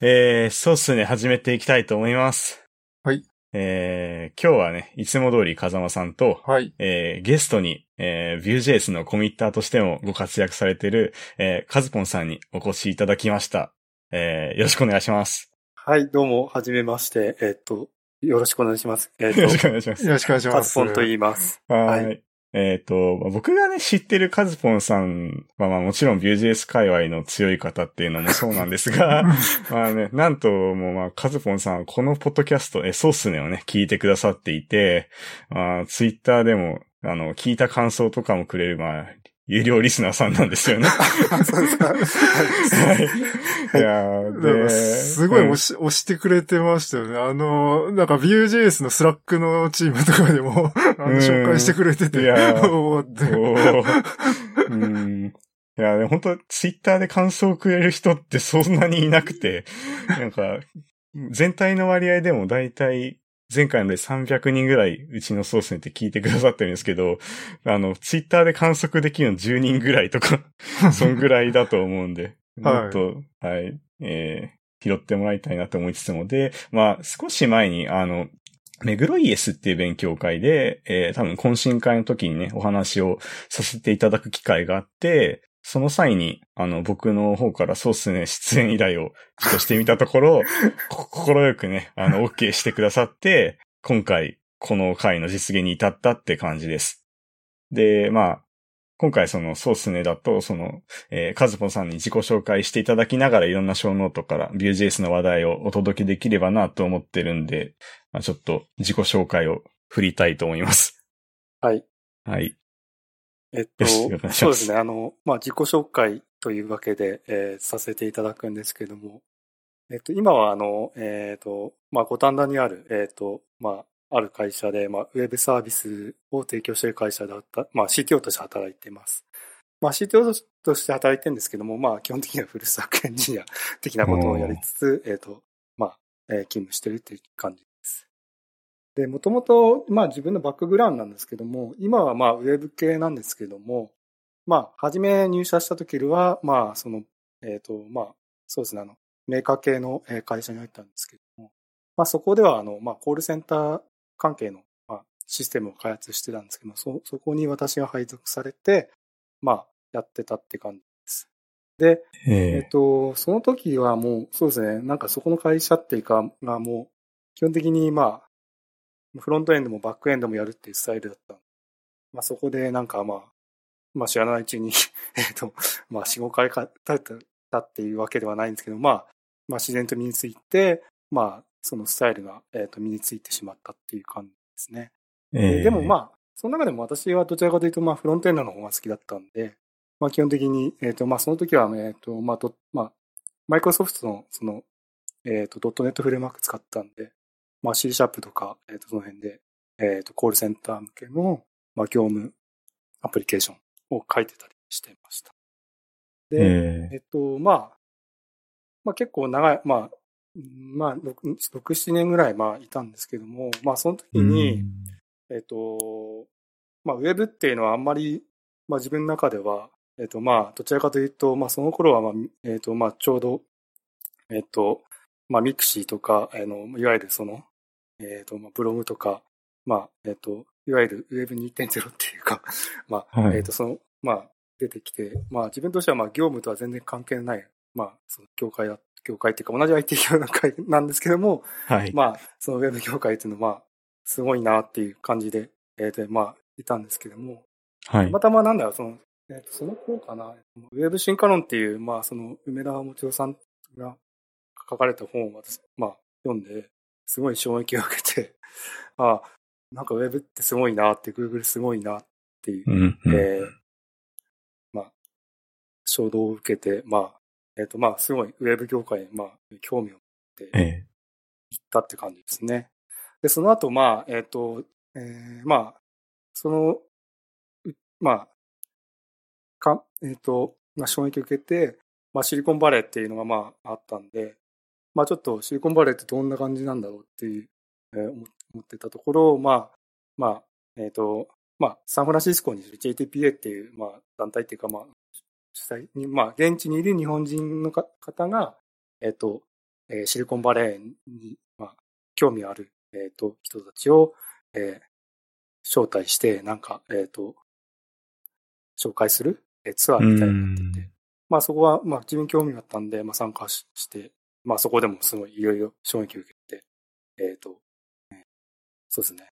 えー、そうっすね、始めていきたいと思います。はい。えー、今日はね、いつも通り風間さんと、はい。えー、ゲストに、えー、Vue.js のコミッターとしてもご活躍されている、えー、カズポンさんにお越しいただきました。えー、よろしくお願いします。はい、どうも、はじめまして。えっと、よろしくお願いします。えっよろしくと、お願いします。よろしくお願いしカまツす。ポン と言います。はいい。えっ、と、僕がね、知ってるカズポンさんは、まあもちろん Vue.js 界隈の強い方っていうのもそうなんですが、まあね、なんと、もうまあ、カズポンさんはこのポッドキャスト、え、そうっすねをね、聞いてくださっていて、まあ、ツイッターでも、あの、聞いた感想とかもくれる、まあ、有料リスナーさんなんですよね。はそうですかはいい。いやーだからで、すごいうん押し、押してくれてましたよね。あの、なんか Vue.js のスラックのチームとかで も、あうんの紹介してくれていて、や ーおーっておーうんいや、でも本当ツイッターで感想をくれる人ってそんなにいなくて、なんか、全体の割合でもだいたい前回ので300人ぐらいうちのソースにって聞いてくださってるんですけど、あの、ツイッターで観測できるの10人ぐらいとか、 そんぐらいだと思うんで、はいもっと、はい、えー、拾ってもらいたいなと思いつつも、で、まあ、少し前に、あの、メグロイエスっていう勉強会で、えー多分懇親会の時にね、お話をさせていただく機会があって、その際に、あの、僕の方からそうっすね、出演依頼をちょっとしてみたとこ ろ、こ心よくね、あの、OK してくださって、今回、この回の実現に至ったって感じです。で、まあ、今回その、そうっすねだと、その、えーカズポンさんに自己紹介していただきながらいろんな小ノートから Vue.js の話題をお届けできればなと思ってるんで、まあ、ちょっと自己紹介を振りたいと思います。はい。はい。えっよろしくお願いしと、ますそうですね。あの、まあ、自己紹介というわけで、えーさせていただくんですけども、えっと、今は、あの、えっと、まあ、五反田にある、えっと、まあ、ある会社で、まあ、ウェブサービスを提供している会社だった、まあ、CTO として働いています。まあ、CTO として働いてるんですけども、まあ、基本的にはフルスタックエンジニア的なことをやりつつ、えっと、まあ、えー勤務してるっていう感じです。で、もともと、まあ自分のバックグラウンドなんですけども、今はまあウェブ系なんですけども、まあ、初め入社した時よりは、まあ、その、えっ、と、まあ、そうですね、あの、メーカー系のえー会社に入ったんですけども、まあ、そこでは、あの、まあ、コールセンター関係の、まあ、システムを開発してたんですけども、そ、そこに私が配属されて、まあ、やってたって感じです。で、えっえと、その時はもう、そうですね、なんかそこの会社っていうか、がもう、基本的にまあ、フロントエンドもバックエンドもやるっていうスタイルだった。まあそこでなんかまあ、まあ知らないうちに、 えっと、まあ4、5回か経ったっていうわけではないんですけど、まあ、まあ自然と身について、まあそのスタイルが、えっと身についてしまったっていう感じですね。えでもあ、まあ、その中でも私はどちらかというと、まあ、フロントエンドの方が好きだったんで、まあ、基本的に、えっ、と、まあ、その時は、えっ、と、まあ、どまあ、マイクロソフトの、その、えっ、と、ドットネットフレームワーク使ったんで、まあ、C シャープとか、えっ、と、その辺で、えっ、と、コールセンター向けの、まあ、業務アプリケーションを書いてたりしてました。で、ええっと、まあ、まあ結構長い、まあ、うんまあ、6、7年ぐらい、まあ、いたんですけども、まあ、その時ーに、、えっと、まあ、ウェブっていうのはあんまり、まあ、自分の中では、えっと、まあ、どちらかというと、まあ、その頃は、まあ、えっと、まあ、ちょうど、えっと、まあ、ミクシーとか、あの、いわゆるその、えっと、まあ、ブログとか、まあ、えっと、いわゆるウェブ2.0っていうか、 まあ、はいえっと、その、まあ、出てきて、まあ、自分としては、まあ、業務とは全然関係ない、まあ、その、業界だ、業界っていうか、同じ IT 業界なんですけども、はい。まあ、そのウェブ業界っていうのは、まあ、すごいなっていう感じで、えーで、まあ、いたんですけども、はいたま。たまなんだろう、その、えーとその頃かな、ウェブ進化論っていう、まあ、その、梅田もちおさんが書かれた本を私、まあ、読んで、すごい衝撃を受けて、 あなんかウェブってすごいなって、Google すごいなっていううんうんえーまあ、衝動を受けて、まあ、えっ、と、まあ、すごいウェブ業界に、まあ、興味を持って、え行ったって感じですね。で、その後、まあ、えっ、と、えーまあ、その、うまあ、か、えっ、と、まあ、衝撃を受けて、まあ、シリコンバレーっていうのが、まあ、あったんで、まあ、ちょっとシリコンバレーってどんな感じなんだろうっていう、えー思思ってたところ、まあ、まあ、えっ、と、まあ、サンフランシスコにいる JTPA っていう、まあ、団体っていうか、まあ、主催に、まあ、現地にいる日本人のか方が、えっ、と、えーシリコンバレーに、まあ、興味ある、えーと、人たちを、えー招待して、なんか、えーと、紹介する、えーツアーみたいになってて、まあそこは、まあ自分興味があったんで、まあ参加しして、まあそこでもすごいいろいろ衝撃を受けて、えっ、と、えーそうですね。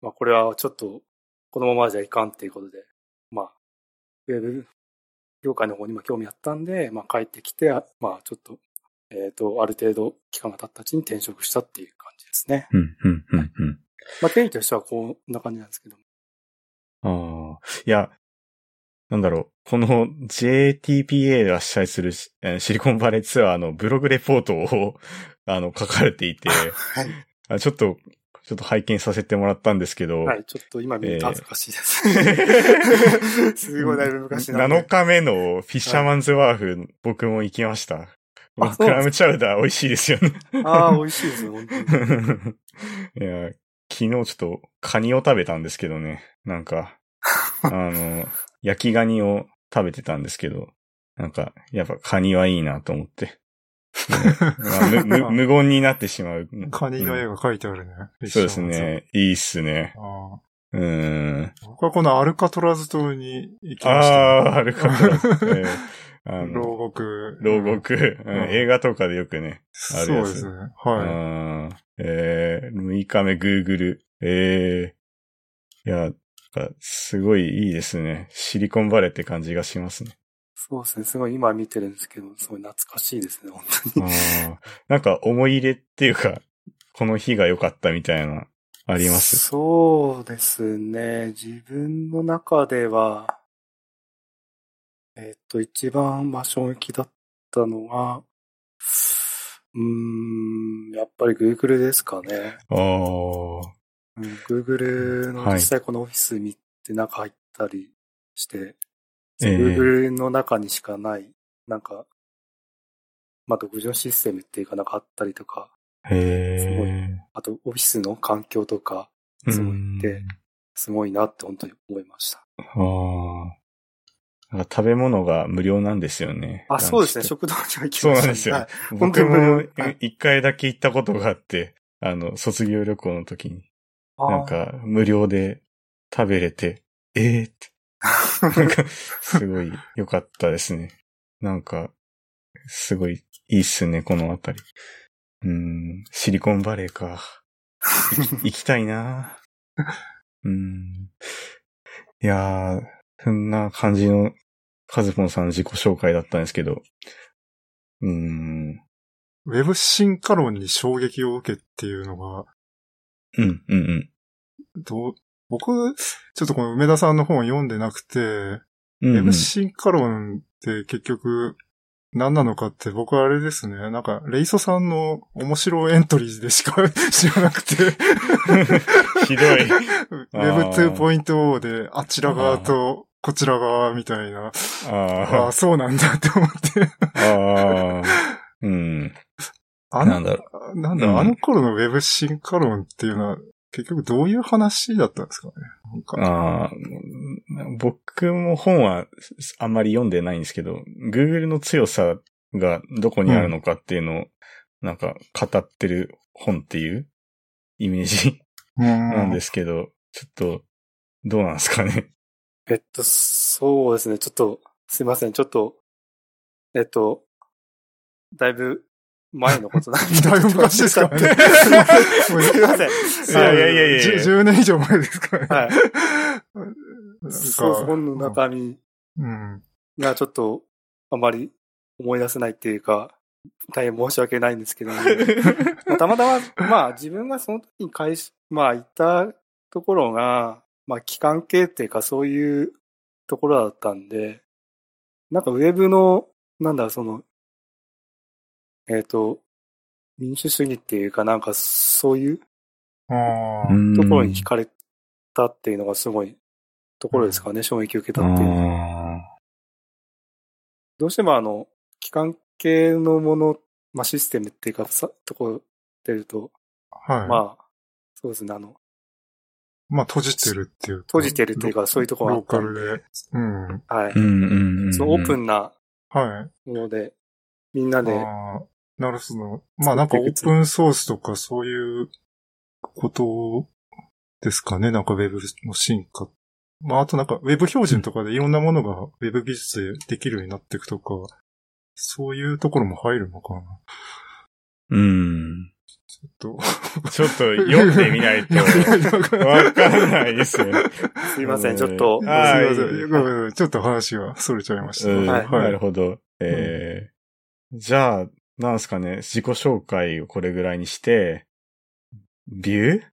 まあこれはちょっと、このままじゃいかんっていうことで、まあ、ウェブ業界の方にも興味あったんで、まあ帰ってきて、あまあちょっと、えっ、と、ある程度期間が経ったうちに転職したっていう感じですね。うん、うん、うん、うん。まあ経緯としてはこんな感じなんですけども。ああ。いや、なんだろう。この JTPA が主催するシえーシリコンバレーツアーのブログレポートを、 あの、書かれていて、はい。あちょっと、ちょっと拝見させてもらったんですけど、はい、ちょっと今見ると恥ずかしいです。 すごいだいぶ昔なんで7日目のフィッシャーマンズワーフ、僕も行きました。あクそうなんですかラムチャウダー美味しいですよね。ああ、美味しいですね、本当に。いや、昨日ちょっとカニを食べたんですけどね。なん か、あの、焼きガニを食べてたんですけど、なんか、やっぱカニはいいなと思 って。まあむむ無言になってしまう。カニの絵うんが書いてあるね。そうですね。いいっすね。ああ。うーん。僕はこのアルカトラズ島に行きあました、あー、あるかも。え ーあ牢の獄。牢獄、うんうん映画とかでよくね。あるそやうつですね。うはんえー、6日目 Google。えー、いや、なんかすごいいいですね。シリコンバレーって感じがします ね。そうですね、すごい今見てるんですけど、すごい懐かしいですね、本あ当に。ーなんか思い入れっていうか、この日が良かったみたいな、あります。そうですね、自分の中では、えっと、一番、まあ、衝撃だったのが、うーん、やっぱり Google ですかね。あーうん Google のはい実際このオフィス見て中入ったりして、ええ Google の中にしかない、なんか、まあ、独自のシステムっていうかなんかあったりとか、へあとオフィスの環境とか、ー。すごいうんですごいなって本当に思いました。あーなんか食べ物が無料なんですよね。あ、そうですね、ランチって食堂には行きそうました、なんですよはい。本当僕に無料もはい一回だけ行ったことがあって、あの、卒業旅行の時に。なんあか、無料で食べれて、ええって。なんか、すごい良かったですね。 なんか、すごいいいっすね、このあたり。うん、シリコンバレーか。行きたいなうん。いやー、そんな感じの、カズポンさんの自己紹介だったんですけど。うん。い。ウェブ進化論に衝撃を受けっていうのが、うん、うん、うん。どう、僕、ちょっとこの梅田さんの本を読んでなくて、うんウうェんブ進化論って結局何なのかって僕はあれですね、なんかレイソさんの面白いエントリーでしか 知らなくて、 ひどい。あー Web2.0 であちら側とこちら側みたいな、あああ、そうなんだって思って、あ、ああ、うん。あなんの、だろなんだ、うんあの頃のウェブ進化論っていうのは結局どういう話だったんですかねなんう。かああ、僕も本はあんまり読んでないんですけど、Google の強さがどこにあるのかっていうのを、なんか語ってる本っていうイメージう。なんですすけど、ちょっと、どうなんですかね。えっと、そうですね、ちょっと、すいません、ちょっと、えっと、だいぶ前のこと なんで。だいぶ昔ですかすいねま せん。いやいやいやいやじゅ10年以上前ですかね。はい。なんかそうそう、本の中身うん。がちょっと、あまり思い出せないっていうか、大変申し訳ないんですけども、まあたまたま、まあ自分がその時に会社、まあ行ったところが、まあ機関系っていうかそういうところだったんで、なんかウェブの、なんだ、その、えっ、と、民主主義っていうかなんかそういうああ。ところに惹かれたっていうのがすごいところですかね、衝撃を受けたっていうのは。どうしてもあの、機関系のもの、まあ、システムっていうか、さとこ出ると、はい。まあ、まあ、そうですね、あの、閉じてるっていう。閉じてるっていうか、そういうところはあロっーカたんでルで。うん。はいうんうんうんうん。そのオープンなはい。もので、みんなであなるほど。まあなんかオープンソースとかそういうことですかね。なんかウェブの進化。まああとなんかウェブ標準とかでいろんなものがウェブ技術でできるようになっていくとか、そういうところも入るの かな。うん。ちょっと。ちょっと読んでみないとわかんないですね。すいません、ちょっとう。んああすーいませいいんごめんごめん。ちょっと話が逸れちゃいました。うんはいなるほど。えー、じゃあ、なんですかね、自己紹介をこれぐらいにして、ビュー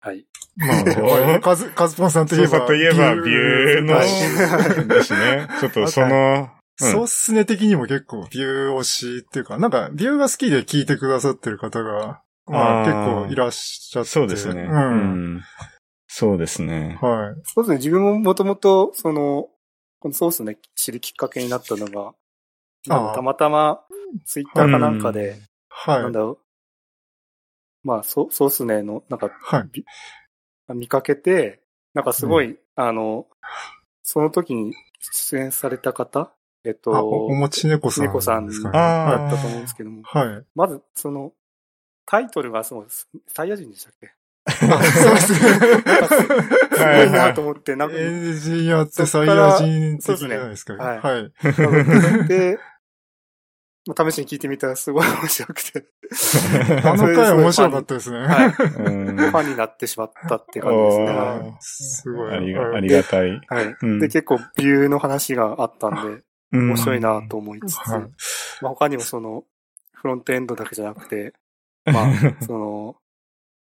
はい。まあ、やっぱりカズ、カズポンさんといえ操ば。作といえば、ビューのはい、ですね。ちょっとその、うんそうっすね的にも結構ビュー推しっていうか、なんかビューが好きで聞いてくださってる方が、まああー結構いらっしゃって。そうですね。うん。うんそうですね。はい。 そうですね、自分ももともと、その、このソースね、知るきっかけになったのが、なんあかあたまたま、ツイッターかなんかで、なはんい。だろう、まあ、ソソースねの、なんかはい。見かけて、なんかすごい、あの、その時に出演された方、えっと、あ、おおだっもち猫さん。猫さんですかね。あはーたと思うんですけども、い。はい。まず、その、タイトルがすごい、サイヤ人でしたっけあそうですすごいなと思って、なんか、エンジニアってサイヤ人的じゃないですか。そっからはい。で、まあ試しに聞いてみたらすごい面白くて、 あの回面白かったですね。はい、フうんァンになってしまったって感じですね。おはーいはいすごい。ありがはいありがたい。はい。うんで、結構ビューの話があったんで、面面白いなと思いつつ、はいまあ、他にもその、フロントエンドだけじゃな くて、まあ、その、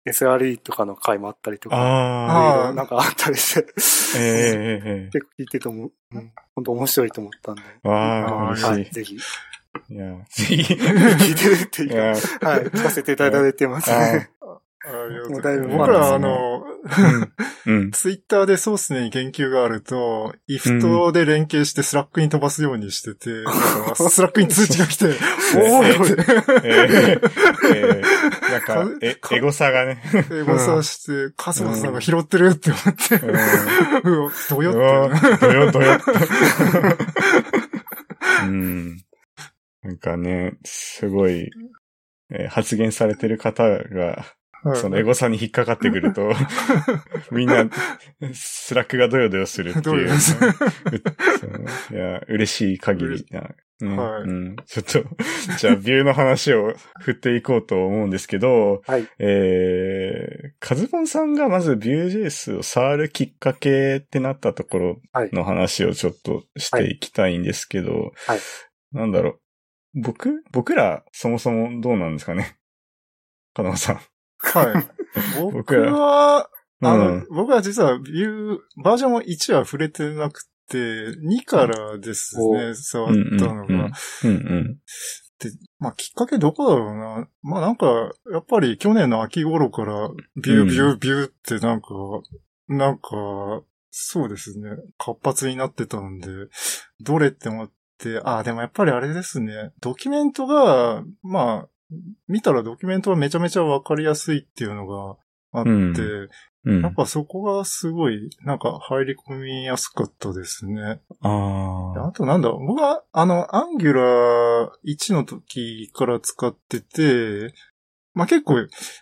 SRE とかの回もあったりとか、ああーなんかあったりして、あ、えええ結構聞いてても、うん、本当面白いと思ったんで、え。わあ、ーは嬉い、しぜひ、い。いや、ぜひ。聞いてるっていいうや、か、はい、聞かせていただいてます。あありがとうごもうだざいいぶます。前僕ら、あですねの、うん。ツイッターでソースネに言及があると、イフトで連携してスラックに飛ばすようにしてて、なんかスラックに通知が来て、おええー って。ええなんかか、えかエゴサがね。英語さして、カズマさんが拾ってるって思って、 うわどようっわて。どよどよ っと。うん。なんかね、すごい、えー発言されてる方が、はいそのエゴさに引っかかってくる と、みんな、スラックがドヨドヨするってどうい。いううやつそういや、嬉しい限りな。うんはいうんちょっと、じゃあ、ビューの話を振っていこうと思うんですけど、はいえー、カズボンさんがまずビュー JS を触るきっかけってなったところはいの話をちょっとしていきたいんですけど、はいなんだろう、僕僕ら、そもそもどうなんですかね金子さん。はい。僕僕らは、あうの、ん。僕は実はビュー、バージョン1は触れてなくて、2からですね、触ったのうんうんうがん。うんうん。まあ、きっかけどこだろうな。まあ、なんか、やっぱり去年の秋頃から、ビュうーんビュービューってなんか、なんか、そうですね。活発になってたんで、どれって思って、ああ、でもやっぱりあれですね。ドキュメントが、まあ、見たらドキュメントはめちゃめちゃわかりやすいっていうのがあって、うんうん。やっぱそこがすごい、なんか入り込みやすかったですね。あであ。あとなんだ、僕は、あの、アンギュラー1の時から使ってて、まあ結構、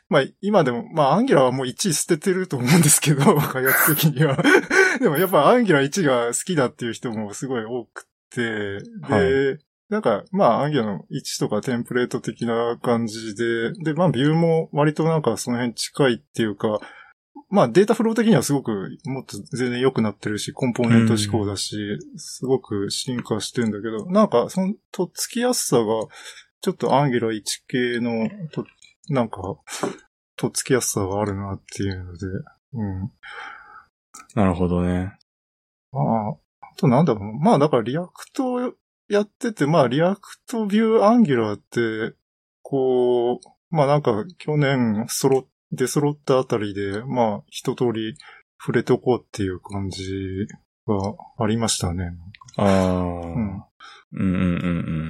まあ今でも、まあアンギュラーはもう1捨ててると思うんですけど、 開発的には。 でもやっぱアンギュラー1が好きだっていう人もすごい多くて、で、なんか、まあアンギュラーの1とかテンプレート的な感じで、で、まあビューも割となんかその辺近いっていうか、まあデータフロー的にはすごくもっと全然良くなってるし、コンポーネント思考だし、すごく進化してるんだけど、なんか、その、とっつきやすさが、ちょっとアンギュラ1系の、と、なんか、とっつきやすさがあるなっていうので、うん。なるほどね。まあ、あとなんだろうな。まあだからリアクトやってて、まあリアクトビューアンギュラーって、こう、まあなんか去年揃っ、出揃ったあたりで、まあ一通り触れておこうっていう感じがありましたね。ああ。ううん。んうんうんうん。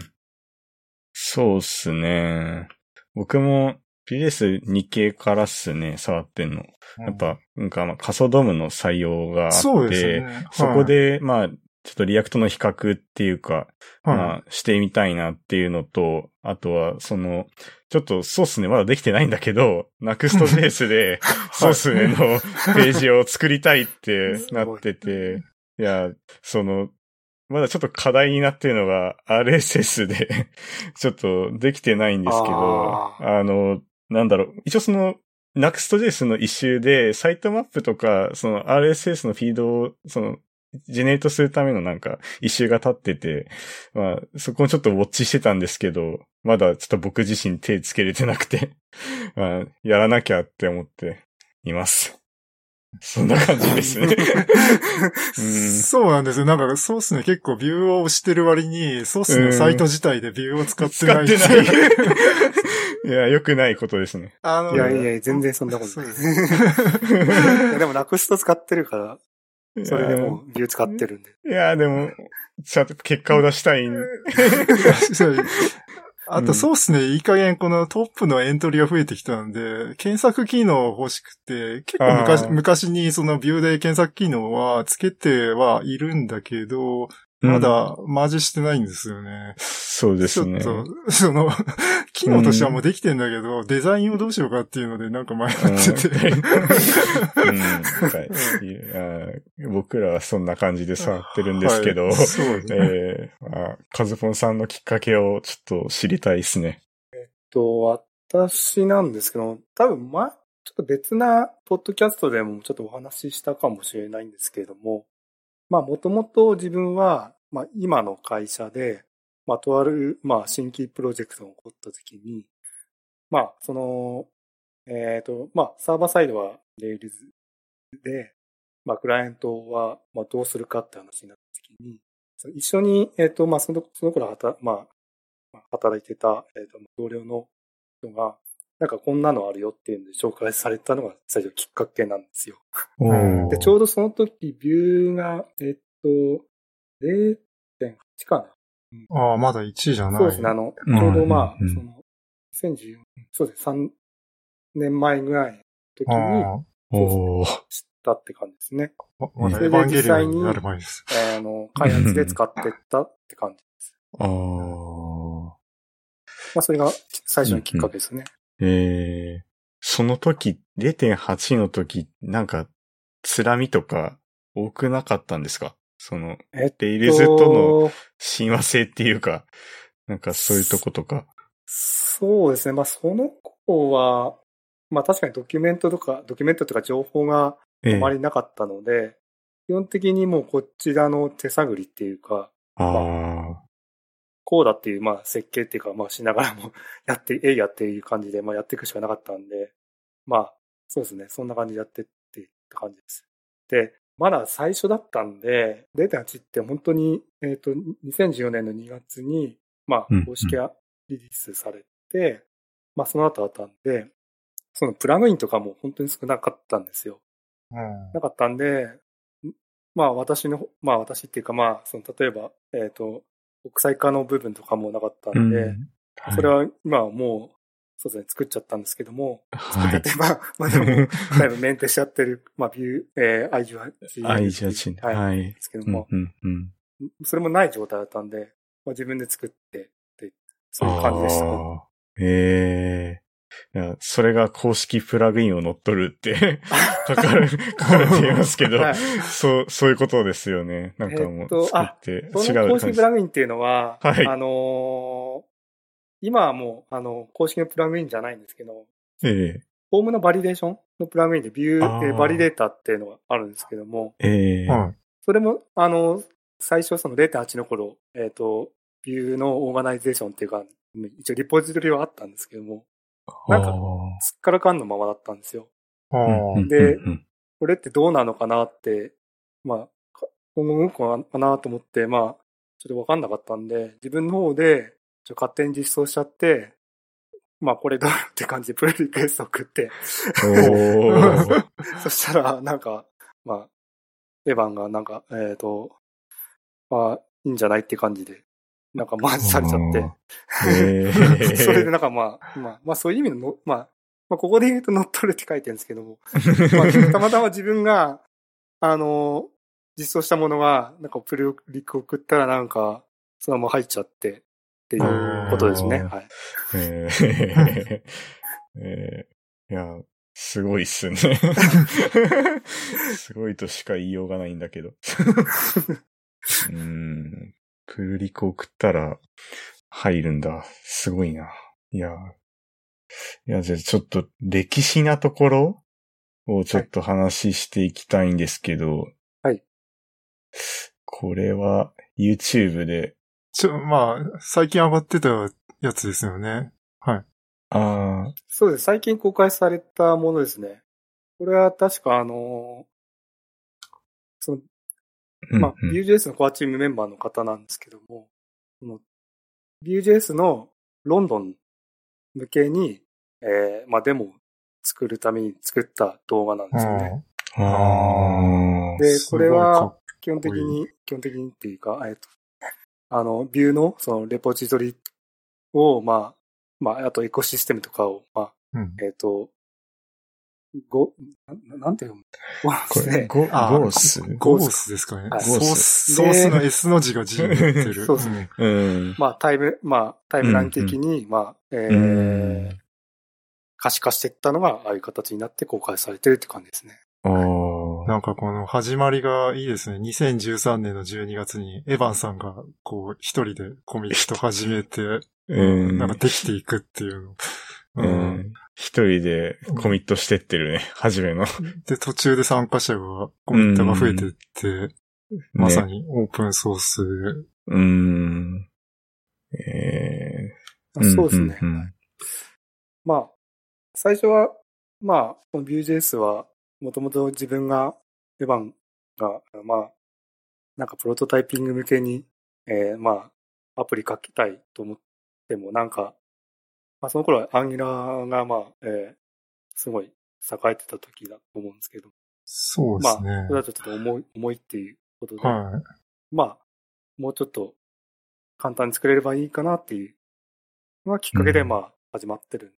そうっすね。僕も PS2 系からっすね、触ってんの。やっぱ、なんかまあ仮想ドームの採用があって、そうですね。そこで、まあ、ちょっとリアクトの比較っていうか、まあ、してみたいなっていうのと、あとは、その、ちょっとソースね、まだできてないんだけど、ナクストベース でソースねのページを作りたい ってなってて、いや、その、まだちょっと課題になってるのが RSS で ちょっとできてないんですけど、ああの、なんだろう、一応その、Next.js の一周で、サイトマップとか、その RSS のフィードを、その、ジェネレートするためのなんか、一周が立ってて、まあ、そこをちょっとウォッチしてたんですけど、まだちょっと僕自身手つけれてなくて、 まあ、やらなきゃって思っています。そんな感じです ね。うんそうなんですよ。なんか、ソースね、結構ビューを押してる割に、ソースのサイト自体でビューを使ってない。使 ってない。いや、良くないことですね。あの、いやいやいや全然そんなことそなういで。すね。 いやでも、なくすと使ってるから、それでもう、ビュー使ってるんで。いや、でも、ちゃんと結果を出したいん。そうあと、そうっすね。いい加減、このトップのエントリーが増えてきたんで、検索機能欲しくて、結構あ昔ー昔にそのビューで検索機能はつけてはいるんだけど、まうん。だマージしてないんですよね。そうですね。ちょっと、その、 機能としてはもうできてんだけど、デザインをどうしようかっていうのでなんか迷ってて。うんはいいや僕らはそんな感じで触ってるんですけど、はいそうですね。えーまあ、カズポンさんのきっかけをちょっと知りたいですね。と、私なんですけど、多分前、ちょっと別なポッドキャストでもちょっとお話ししたかもしれないんですけれども、まあ、もともと自分は、まあ、今の会社で、まあ、とある、まあ、新規プロジェクトが起こった時に、まあ、その、えっ、と、まあ、サーバーサイドは Rails で、まあ、クライアントは、まあ、どうするかって話になった時に、その一緒に、えっ、と、まあ、その、その頃はた、まあ、まあ働いてた、えー、と同僚の人が、なんかこんなのあるよっていうんで紹介されたのが最初きっかけなんですよ。うんで、ちょうどその時、ビューが、えっと、0.8かな。ああ、まだ1位じゃない。そうですね、あの、ちうんょうどまあ、うんその、2014そうですね、3年前ぐらいの時にあおー知ったって感じですね。あ、まだそエれヴァでンゲ実リオ際ンにになる前です。あの、開発で使ってったって感じです。あーまあ、それが最初のきっかけですね。えーその時、0.8の時、なんか、つらみとか多くなかったんですかその、えっとレイルズとの親和性っていうか、なんかそういうとことか。そうですね。まあ、その子は、まあ、確かにドキュメントとか、ドキュメントとか情報がえあえまりなかったので、基本的にもうこちらの手探りっていうか、あこうだっていう、まあ、設計っていうか、まあ、しながらも やって、えいやっていう感じで、まあ、やっていくしかなかったんで、まあ、そうですね。そんな感じでやってってって感じです。で、まだ最初だったんで、0.8って本当に、えっ、と、2014年の2月に、まうんあ、公式がリリースされて、まあ、その後あったんで、そのプラグインとかも本当に少なかったんですよ。うんなかったんで、んまあ私の、まあ私っていうかまあ、その例えば、えっ、と、国際化の部分とかもなかったあ。んで、うんそれ、は今はもう、そうですね、作っちゃったんですけども、はい。 例えば、まあでも、だいぶメンテしちゃってる、まあビュー、えー、i18。 I18 ね。はい。はい。ですけどうんも、うんうん。それもない状態だったんで、まあ自分で作って、って、そういう感じでした。あー。ええいやそれが公式プラグインを乗っ取るって 書かれ、書かれていますけど、はいそう、そういうことですよね。なんかもえうっと、作って、そ違のう感公式じプ。ラグインっていうのは、はいあのー今はもう、あの、公式のプラグインじゃないんですけど、えフォームのバリデーションのプラグインでビュあーーえーバリデータっていうのがあるんですけども、えええはい。それも、あの、最初その0.8の頃、えっ、と、ビューのオーガナイゼーションっていうか、一応リポジトリはあったんですけども、なんかあーすっからかんのままだったんですよ。あうんうんあ、でうんうんこれってどうなのかなって、まあ、か今後動くのかなと思って、まあ、ちょっとわかんなかったんで、自分の方で、ちょ勝手に実装しちゃって、まあ、これどうって感じでプレリクエスト送って、おーそしたら、なんか、まあ、エヴァンがなんか、えっ、と、まあ、いいんじゃないって感じで、なんかマージ されちゃ って、ええ それでなんかまあ、まあ、まあそういう意味のの、まあ、まあここで言う と乗っ取るって書いてるんですけども、まあ、たまたま自分が、あの、実装したものが、なんかプリク送ったらなんか、そのまま入っちゃってっていうことですね。あーはい。えーえーいや、すごいっすね。すごいとしか言いようがないんだけ ど。うーん。プルリコ送ったら入るんだ。すごいな。いや。いや、じゃあちょっと歴史なところをちょっと話していきたいんですけど。はい。これは YouTube でちょ、まあ、最近上がってたやつですよね。ああ、そうです。最近公開されたものですね。これは確かあのその、うんまあ、うん Vue.js のコアチームメンバーの方なんですけども、その Vue.js のロンドン向けに、えーまあ、デモを作るために作った動画なんですよね。あで、すこごいれかはっ、基本的に、基本的にっていうか、えっと、あの、ビューの、その、レポジトリを、まあ、まあ、あとエコシステムとかを、まあ、うん。えっ、と、ご、ななんて読むごあ。こですれ、ね。ゴあゴースゴースですかねは。いソース、ソゴーーススの S の字が G になってる。 そうですね。うん。まあ、タイム、まあ、タイムライン的に、まあ、えうーん、可視化していったのが、ああいう形になって公開されてるって感じですね。あーなんかこの始まりがいいですね。2013年の12月にエヴァンさんがこう一人でコミット始めて、うんなんかできていくっていうの。ううんん。一人でコミットしてってるね、初めの。で、途中で参加者が、コミットが増えてって、まさね。にオープンソースうん。えあーそうですね。んんんまあ、最初は、まあ、この Vue.js は、もともと自分が、エヴァンが、まあ、なんかプロトタイピング向けに、えーまあ、アプリ書きたいと思っても、なんか、まあ、その頃は Angular が、まあ、えーすごい栄えてた時だと思うんですけど、そうでますあね。、それだとちょっと重い、重いっていうことで、はい。まあ、もうちょっと簡単に作れればいいかなっていうのがきっかけで、うんまあ、始まってる。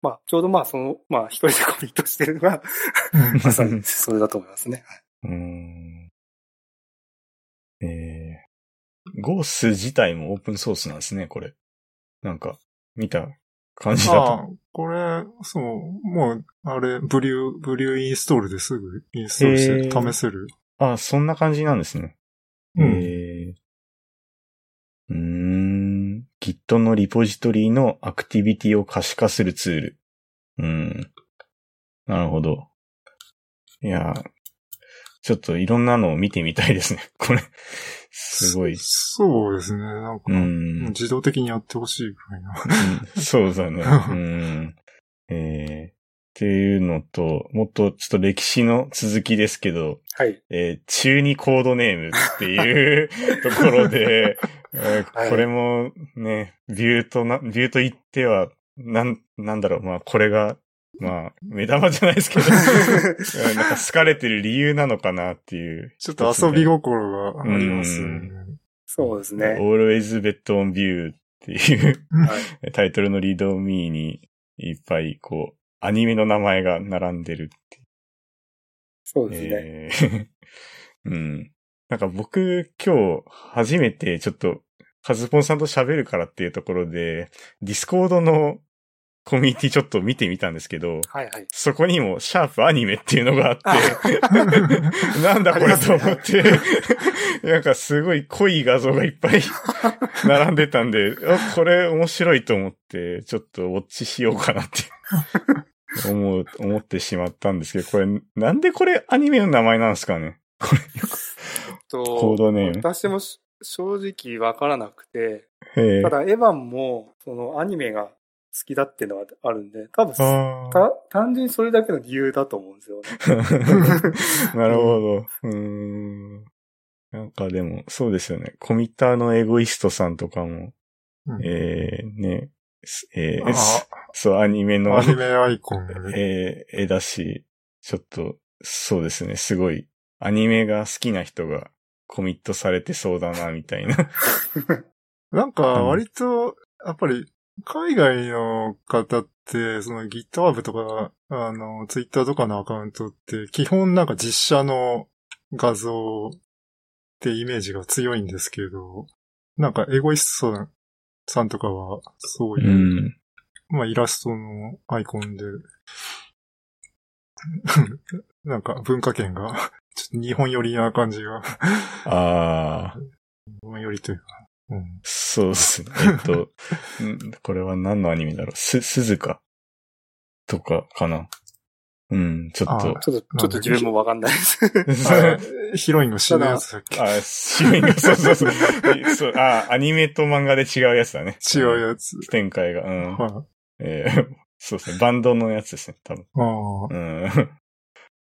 まあ、ちょうどまあ、その、まあ、一人でコミットしてるのが、まさにそれだと思いますね。うん。えー、ゴース自体もオープンソースなんですね、これ。なんか、見た感じだあと。あ、これ、そう、もう、あれ、ブリュー、ブリューインストールですぐインストールへしてー試せる。ああ、そんな感じなんですね。うん。えー、うーん。Git のリポジトリのアクティビティを可視化するツール。うん。なるほど。いやー、ちょっといろんなのを見てみたいですね。 これ、すごい。そそうですね。なんか、う。もうん自動的にやってほしいぐらい な。そう だね。うん。えー、っていうのと、もっとちょっと歴史の続きですけど、はい。えー中二コードネームっていう ところで、えーはいこれもね、ビューとな、ビューと言っては、なん、なんだろう、まあこれが、まあ、目玉じゃないです けど、う んなんか好かれてる理由なのかなっていう。ちょっと遊び心がありますうね。そうですね。 Always Bet on View っていう はい。タイトルのリードミーにいっぱいこう、アニメの名前が並んでるそうですね。えー うん。なんか僕今日初めてちょっとカズポンさんと喋るからっていうところで、ディスコードのコミュニティちょっと見てみたんですけど、はいはい。そこにもシャープアニメっていうのがあって、なんだこれと思って、なんかすごい濃い画像がいっぱい 並んでたんで、あこれ面白いと思って、ちょっとウォッチしようかなって思う、思ってしまったんですけど、これ、なんでこれアニメの名前なんですかねとコードネーム私もし正直わからなくて、へえただ、エヴァンも、その、アニメが好きだっていうのはあるんで、多分、あた単純にそれだけの理由だと思うんですよね。ーなるほど。うーん。なんかでも、そうですよね。コミッターのエゴイストさんとかも、うんえー、ね、すえーあすそう、アニメの ア、ニメアイコンで。えー絵だし、ちょっと、そうですね、すごい、アニメが好きな人がコミットされてそうだな、みたいな。なんか、割と、やっぱり、海外の方って、その GitHub とか、あの、Twitter とかのアカウントって、基本なんか実写の画像ってイメージが強いんですけど、なんかエゴイストさんとかは、そういうう、ん。まあイラストのアイコンで、 なんか文化圏が、 ちょっと日本寄りな感じが、ああ、日本寄りというか、 うん。そうですね。えっと、んこれは何のアニメだろう。す、鈴鹿とかかな。うん、ちょっとあ。ちょっと、ちょっと自分もわかんないです。あれヒロインの死ぬやつだっ けあ、主演が、 そうそうそう。そう、あ、アニメと漫画で違うやつだね。違うやつ。展開が。うん。はい。えーそうですね。バンドのやつですね、多分。ああ。うん。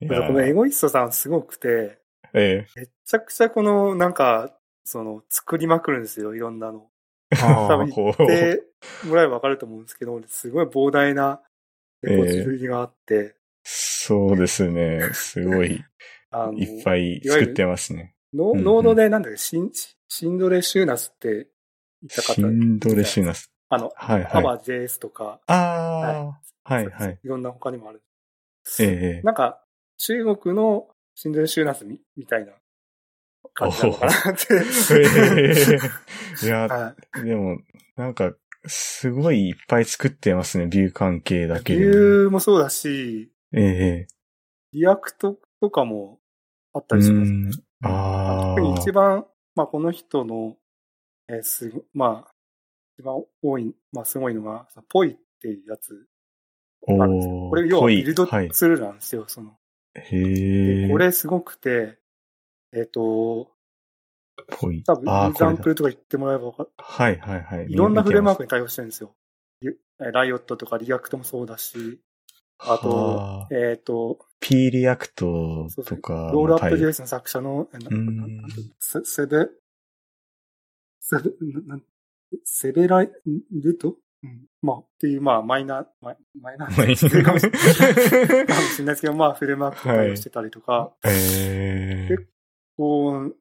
いやーこのエゴイストさんすごくて、えめちゃくちゃこの、なんか、その、作りまくるんですよ、いろんなの。あ多あ分ー言ってもらえばわかると思うんですけど、すごい膨大なレコ種類があって、そうですね。すごい、あの、いっぱい作ってますね。ノうんうんノードで、なんだっけ、シン、シンドレシューナスって言った方シ、ンドレシュナス。あの、はいアはい。バ JS とか、ああ、はいはい。いろんな他にもある。ええなんか、中国のシンドレシューナスみみたいな感じなのかなって。 ええいや、はでも、なんか、すごいいっぱい作ってますね、ビュー関係だい。理けでも。由もそうだし、ええリアクトとかもあったりします。うんあ特にあ一。番、まあ、この人の、えーすごまあ、一番多い、まあ、すごいのが、ポイっていうやつがあるんですよ。ーこれ、要はビルドはい。ツールなんですよ、その。へでえ。これすごくて、えっ、と、ぽい。多分、あイあ、ンこザれンだプルとか言ってもらえばわかる。はいはいはい。いろんなフレームワーク見に対応してるんですよ。ゆえーライオットとかリアクトもそうだし、てます、あとはあ、えっ、と、 P リアクトとか、ロールアップリア JS の作者の、えなうんななんていうのセセベ、セベ、ななんセベライルト、うん、まあ、っていう、まあ、マイナー、マイマイナーって言うかもしれないかもしれないですけど、まあ、フレームワークに対応してたりとか、へえ。こう、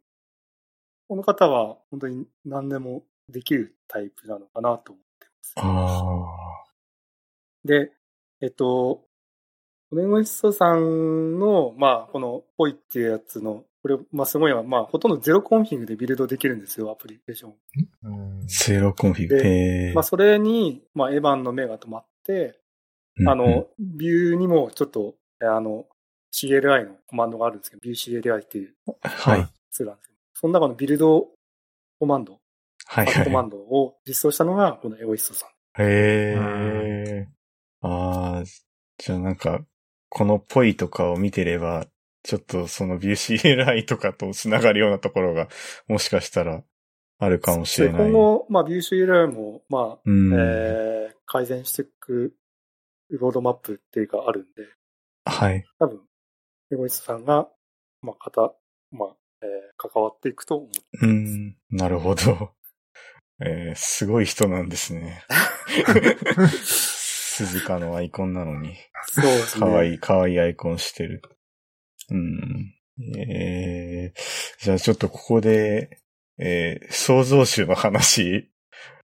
この方は本当に何でもできるタイプなのかなと思ってます。あで、えっと、オネゴシソさんの、まあ、この、ポイっていうやつの、これ、まあ、すごいのは、まあ、ほとんどゼロコンフィグでビルドできるんですよ、アプリケーション。うんあ。ゼロコンフィグ。でへえ。まあ、それに、まあ、エヴァンの目が止まって、うんあ、の、ビューにもちょっと、えあの、CLI のコマンドがあるんですけど、ビュー CLI っていうはい。ツールなんですけど、その中のビルドコマンド、はいパッコマはンドを実装したのが、このエゴイストさん。い。へえ。ああ、じゃあなんか、このぽいとかを見てれば、ちょっとその VCLI とかと繋がるようなところが、もしかしたら、あるかもしれなでい。今後、まあ、ビュー CLI も、まあ、うん。えー改善していくロードマップっていうかあるんで、はい。多分、エゴイストさんが、まあ、方、まあ、えー関わっていくと思う。うん、なるほど。えー、すごい人なんですね。鈴鹿のアイコンなのに。そうで すか わいい、かわいいアイコンしてる。うん。えー、じゃあちょっとここで、えー、創造主の話、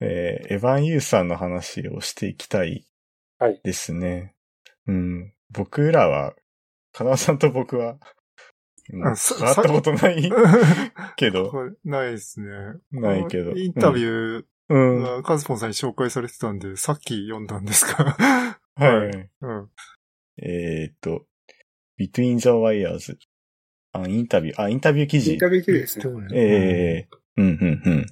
えー、エヴァン・ユーさんの話をしていきたいはいですね。うん。僕らは、カナさんと僕は、もうあさ関わったことない け ど、これないですね。ないけどこのインタビューうん。はがカズポンさんに紹介されてたんで、さっき読んだんですかい。うん。えーっと、Between the Wires。あ、インタビュー、あ、インタビュー記イ事ン。タビュー記事ですね。ええうん、うん、うん。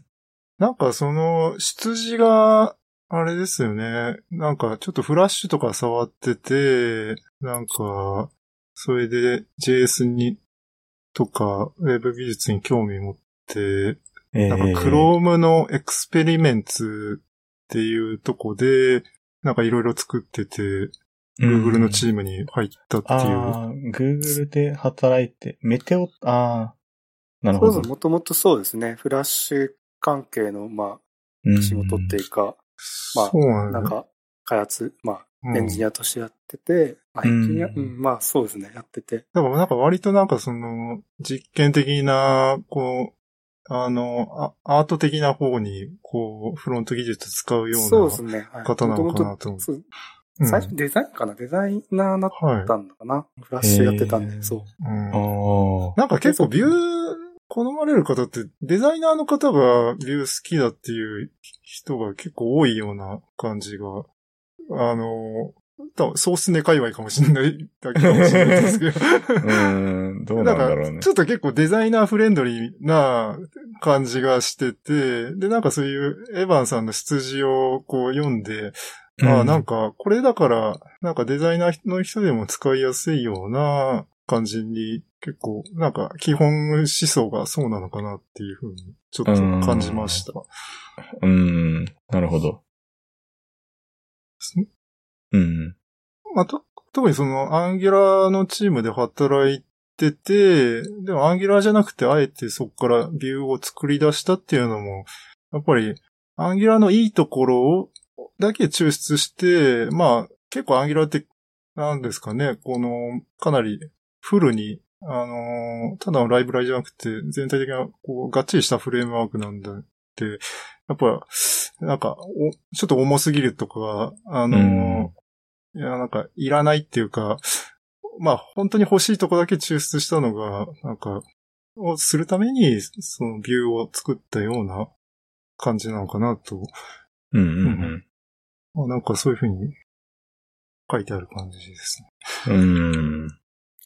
なんかその、羊が、あれですよね。なんかちょっとフラッシュとか触ってて、なんか、それで JS に、とか、ウェブ技術に興味持って、ええなんか Chrome のエクスペリメンツっていうとこで、なんかいろいろ作ってて、Google のチームに入ったっていう。ああ、Google で働いて、メテオ、ああ、なるそほうそどう、。もともとそうですね。フラッシュ関係の、まうんあ、仕事っていうか、まあそうなんなんだ。か、開発、まうあ、んエンジニアとしてやってて、あ、うエんンジニア、うん、まあ、そうですね、やってて。だからなんか割となんかその、実験的な、こう、あの、あアート的な方に、こう、フロント技術使うような。そうですね。はい方なのかなと思う元々そううん最初デザインかなデザイナーなっはい。たんだかなフラッシュやってたんへーで、そう。うんああ。なんか結構ビュー、好まれる方って、デザイナーの方がビュー好きだっていう人が結構多いような感じが、あの、多分ソースネ界隈かもしれないだけかもしれないで すけうど。ーん、どうなんだろうねち。ょっと結構デザイナーフレンドリーな感じがしてて、で、なんかそういうエヴァンさんの羊をこう読んで、ああ、なんか、か、これだから、なんかデザイナーの人でも使いやすいような感じに、結構、なんか基本思想がそうなのかなっていうふうに、ちょっと感じました。うーん、なるほど。うん。まあ、と、特にその、アンギュラーのチームで働いてて、でもアンギュラーじゃなくて、あえてそこからビューを作り出したっていうのも、やっぱり、アンギュラーのいいところを、だけ抽出して、まあ、結構アンギュラーって、なんですかね、この、かなりフルに、あのーただのライブラリじゃなくて、全体的な、こう、がっちりしたフレームワークなんだって、やっぱ、なんか、おちょっと重すぎるとか、あのーうんいや、なんか、いらないっていうか、まあ、本当に欲しいとこだけ抽出したのが、なんか、をするために、そのビューを作ったような感じなのかなと、うんうんまあ、なんかそういうふうに書いてある感じですね。うん。う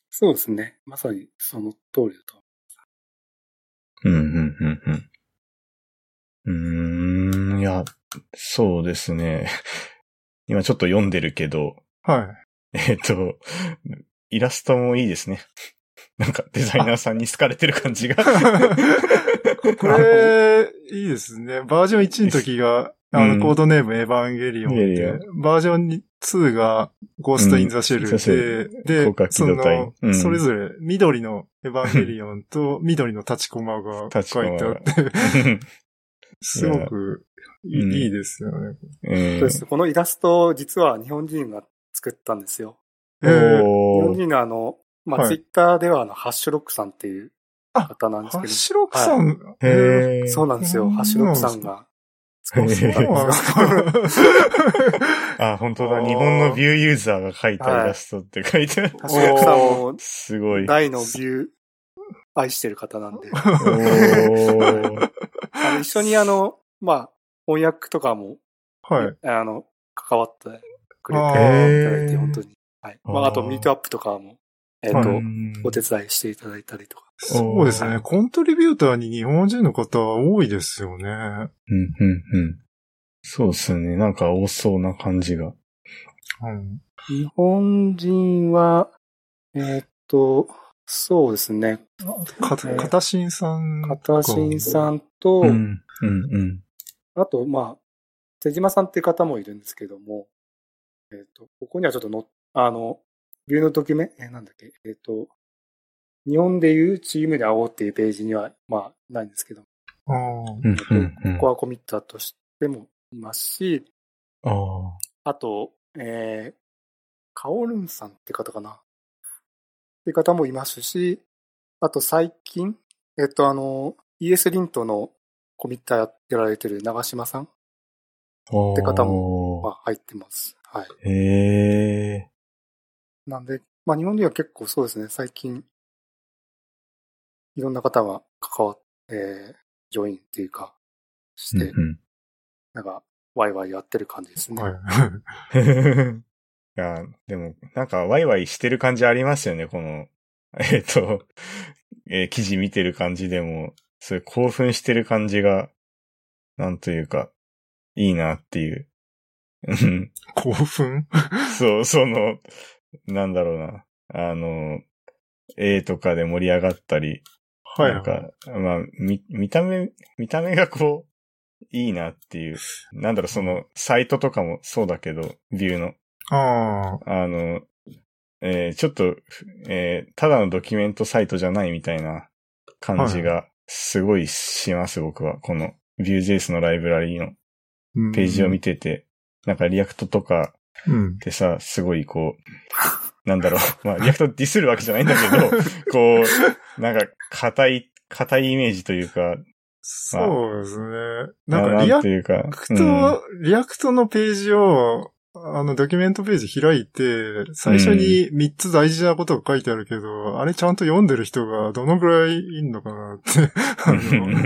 そうですね。まさにその通りだと。ーん、うん、うん、うん。うーん、いや、そうですね。 今ちょっと読んでるけど、 はい。えっと、イラストもいいですね。 なんかデザイナーさんに好かれてる感じが。これ、いいですね。バージョン1の時が、あうんの、コードネームエヴァンゲリオンエヴァンで、バージョン2がゴーストインザシェうんルで、広角で、機そ動隊のうん、それぞれ緑のエヴァンゲリオンと緑の立ちコマが立ちコ書マいがてあって、 すごくいうんいいいですよね。えそうです。このイラスト、実は日本人が作ったんですよ。えー日本おー人のあの、まはあ、いツイッターではあの、ハッシュロックさんっていう方なんですハけッど。シュロックさん、へえーそうなんですうよ。んハッシュロックさんが作ったんですーよ。そうなんです かあ、本当だ。あー日本のビューユーザーが描いたイラストって書いてある。ハッシュロックさんもすごい。大のビュー愛してる方なんで。お ーあの一緒にあの、まあ、翻訳とかも、はい。あの、関わってくれあていただいへて、ー本当に。はい。まあーあ、あと、ミートアップとかも、えっ、はと、いお手伝いしていただいたりとか。そうですおね。ーコントリビューターに日本人の方は多いですようね。ん、うん、うん。そうですね。なんか多そうな感じが。うん日本人は、えっと、そうですね。か、えーかたしんさん。片新さんと、うん、うん、うん。あと、まあ、手島さんっていう方もいるんですけども、えっ、と、ここにはちょっとの、あの、ビューのドキュメン、えーなんだっけ、えっ、と、日本でいうチームで会おうっていうページには、まあ、ないんですけど、あーうんえっ、うん、うと、んコアコミッターとしてもいますし、あー。あと、えー、カオルンさんって方かな。って方もいますし、あと最近、えっと、あの、ES リントのコミッターやってられてる長島さんって方も。は入ってます。はい。へえ。なんで、まあ日本では結構そうですね、最近、いろんな方が関わって、えージョインっていうか、して、うんなんか、ワイワイやってる感じですね。はい。 うん、 いや、でも、なんか、ワイワイしてる感じありますよね、この、 えっ、と、えー記事見てる感じでも、そういう興奮してる感じが、なんというか、いいなっていう。うん興奮 そう、その、なんだろうな。あの、絵とかで盛り上がったり、はい。なんか、まあ、み、見た目、見た目がこう、いいなっていう。なんだろう、その、サイトとかもそうだけど、ビューの。ああの、えーちょっと、えーただのドキュメントサイトじゃないみたいな感じが、すごいします、僕は。この、ビュー JS のライブラリーのーページを見てて、なんかリアクトとかうんっ。てさ、すごいこう、なんだろう、まあ、リアクトディスるわけじゃないんだけど、こう、なんか、硬い、硬いイメージというか、そうですね。まあなんかなリんアていうか、クト、リアクトのページを、あの、ドキュメントページ開いて、最初に3つ大事なことが書いてあるけど、あれちゃんと読んでる人がどのぐらいいんのかな って、あの、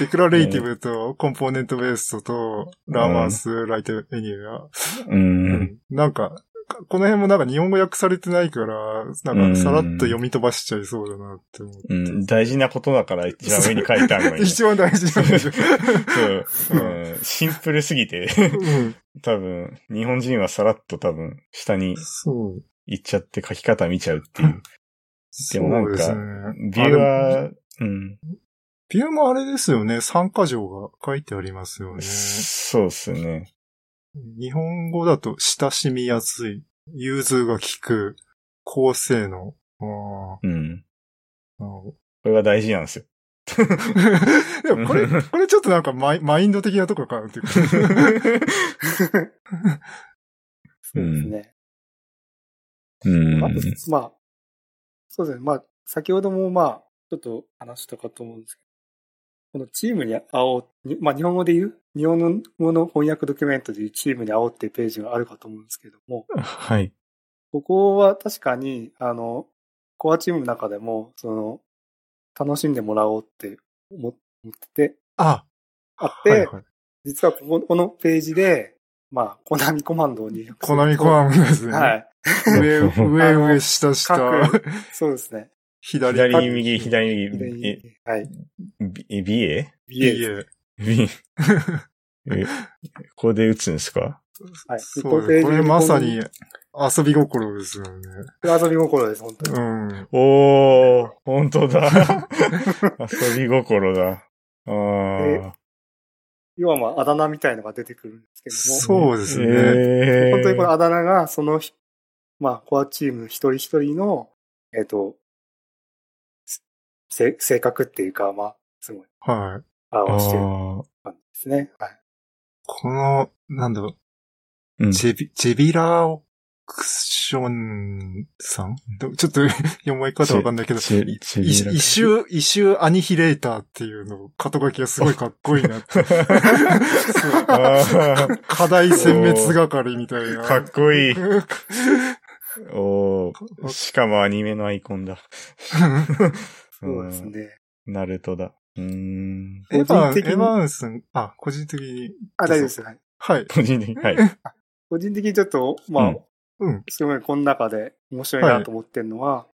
デクラレイティブとコンポーネントベーストと、ラーマース、ライトエニューが、う。うんんなんか、かこの辺もなんか日本語訳されてないから、なんかさらっと読み飛ばしちゃいそうだなって思って。うん、大事なことだから一番上に書いてあるのに。一番大事なんでしょ。そう、うん。シンプルすぎて、 うん。多分、日本人はさらっと多分、下にそう。行っちゃって書き方見ちゃうっていう。でもなんかそうビでューすね。あでもは、うん。ビューもあれですよね。参加条が書いてありますよね。そうっすね。日本語だと親しみやすい、融通が利く、高性能。あうん。ーなるほこれが大事なんですよ。ど でもこれ、これちょっとなんかマイマインド的なところかなっていうか。そうですね。うんあと。、まあ、そうですね。まあ、先ほどもまあ、ちょっと話したかと思うんですけど、このチームに青に、まあ日本語で言う、日本語の翻訳ドキュメントでいうチームに青っていうページがあるかと思うんですけども、はい。ここは確かに、あの、コアチームの中でも、その、楽しんでもらおうって思思ってて、あ、あって、はいはい。実はこここのページで、まあ、コナミコマンドを入力するとコナミコマンドですね。はい。上、上、上、下、あの下各、そうですね。左、左右、左左右、え、にはい。 B- BA? 右 BA。 B え、ここで打つんですかはい。そうです。これまさに。遊び心ですよね。遊び心です、本当に。うん。おー、本当だ。遊び心だ。あー。要はまあ、あだ名みたいのが出てくるんですけども、そうですね。えー本当にこのあだ名が、そのひ、まあ、コアチーム一人一人の、えっ、と、せ性格っていうか、まあ、すごい、はい。表してるあー感じですね。はい。この、なんだろう、うんジェビ、ジェビラーオクションさんどちょっと 読み方わかんないけど、チェいチェビラ一周、一周アニヒレーターっていうの、肩書きがすごいかっこいいなって。そうあー課題殲滅係みたいな。かっこいい。うおーしかもアニメのアイコン だ。そうですね。うん。ナルトだ。うーん。 んエヴ個人ァン、エ的にヴァンスン、あ、個人的に。あ、大丈夫です。はい。はい。個人的に。はい。個人的にちょっと、まあ、うんうんすごいこの中で面白いなと思ってるのは、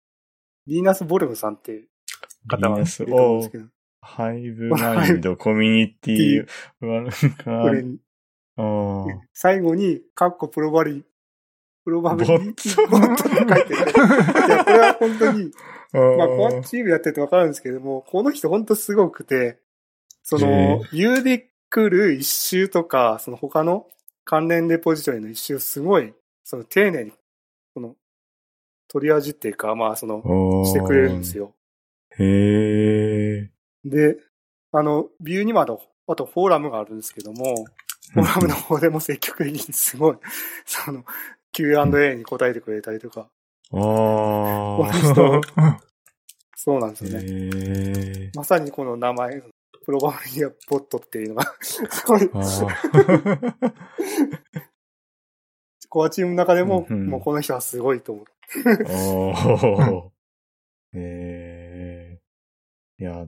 リーナス・ボルムさんっていう方がビーナいるスと思うおんですーけど、ハイブマインド、コミュニティ、ワルカこれ、あー最後に、カッコプロバリ、プロバブリボボッットって書いてる。いや、これは本当に、あー。まあ、コアチームやっててわかるんですけども、この人本当すごくて、その、言うで来る一周とか、その他の関連レポジトリの一周すごい、その丁寧に、その、取り味っていうか、まあ、その、おーしてくれるんです。よ。へえ。で、あの、ビューにもあと、あとフォーラムがあるんですけども、フォーラムの方でも積極的にすごい、その、Q&A に答えてくれたりとか、あこの人、そうなんですよね。へえ。まさにこの名前、プロバブリアボットっていうのが、すごい、あ ーコアチームの中でも、うんうんもうこの人はすごいと思う。おー。ええ。いや、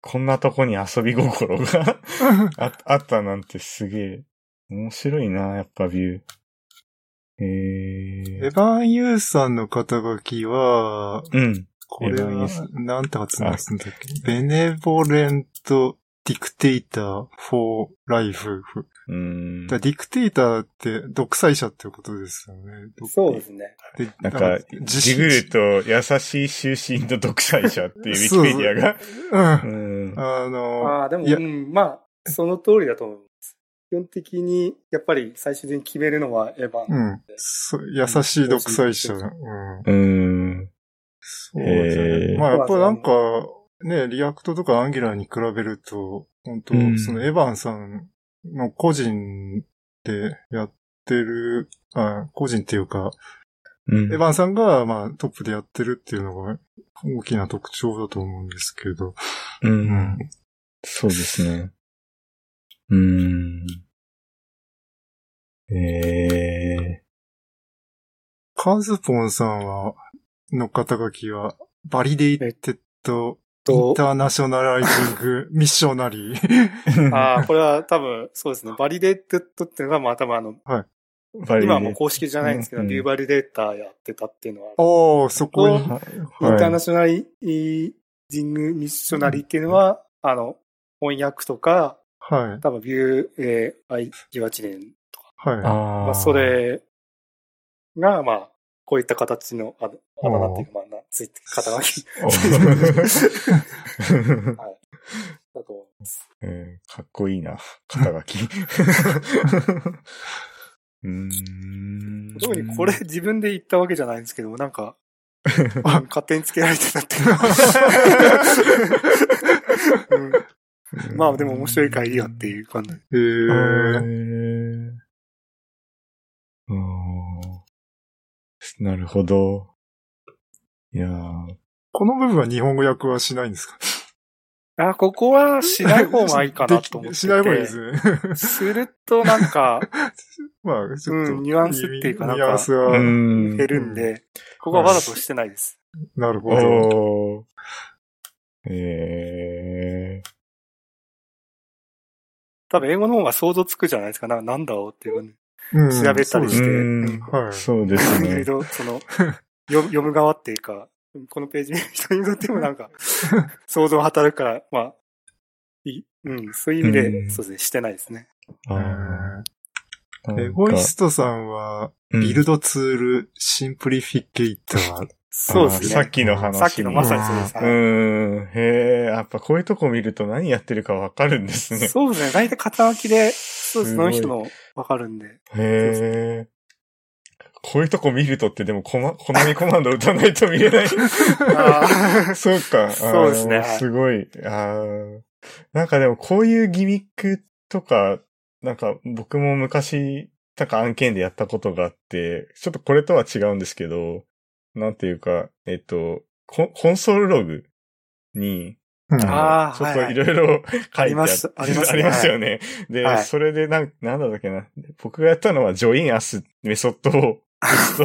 こんなとこに遊び心が ああったなんてすげえ。面白いな、やっぱビュー。へエヴえ。ァン・ユーさんの肩書きは、うん。これエヴァンユはース、なんて発音するんだっけベネボレント・ディクテイター・フォー・ライフ。うん。だからディクテイターって独裁者っていうことですよね。どそうですね。でなんか、自ジグルと優しい終身の独裁者っていうウィキペディアが。うん。あうん。の、ああ、でも、いやうん、まあ、その通りだと思います。基本的に、やっぱり最終的に決めるのはエヴァン。うん。そう優しい独裁者。うん。うん。そうですへーね。まあやっぱなんか、ね、リアクトとかアンギュラーに比べると、本当うんそのエヴァンさんの個人でやってる、あ個人っていうか、うんエヴァンさんが、まあ、トップでやってるっていうのが大きな特徴だと思うんですけど。う。うんそうですね。うん。ええカズポンさんは、の肩書きは、バリデイテッド、インと、ターナショナライジング、ミッショナリ ー。ああ、これは多分、そうですね。バリデーテッドっていうのが、まあ多分あの、バ今はもねう公式じゃないんですけど、うんビューバリデーターやってたっていうのは、ああ、そこに。はインターナはショナリージングミッショナリーっていうのは、あの、翻訳とか、はい。多分ビュー、えー、I18 年とか、い。 はい。あまあ。あそ。れが、まあ、こういった形の、あの、あだ名っていうか、まあな、ついて、肩書き だと思います。うんかっこいいな、肩書き。うーん。特にこれ自分で言ったわけじゃないんですけど、なんか、あ勝手につけられてたっていう うんうん、まあでも面白いからいいやっていう感じ。へへー。え。うーんなるほど。いやー この部分は日本語訳はしないんですかあ、ここはしない方がいいかなと思でってて。き しない方がいいですね。するとなんか、まあ、ちょっと。うんニュアンスっていうかなんニかュアンスは、ん減るんで、ここはわざとしてないです。なるほど。おー。え多分英語の方が想像つくじゃないですか。なんかなんだろうっていうねうん調べたりしうて。うんんはいー。。そうですいろいね。ろ、その、よ 読む側っていうか、このページ見る人にとってもな んか、想像働くから、まあ、いうん、そういう意味うで、んそうですね、してないですね。あーなんかエゴイストさんは、ビルドツール、シンプリフィケイター。そうですね。さっきの話さっきのまさにそうですう。ーん。へえ、やっぱこういうとこ見ると何やってるかわかるんですね。そうですね。大体肩書きで、そうですす。ごいその人のわかるん で。へえ。こういうとこ見るとってでもコ マ、コナミコマンド打たないと見れ ない。そうか。あーそうですねはいすごい。あーなんかでもこういうギミックとか、なんか僕も昔、なんか案件でやったことがあって、ちょっとこれとは違うんですけど、なんていうか、えっと、ココンソールログに、うんあーちょっとはいはいいろいろ書い てありあっますあありりまますすねよね。で、はいそれでなん、なんだったっけな。僕がやったのは、ジョインアスメソ ッドを、ずっと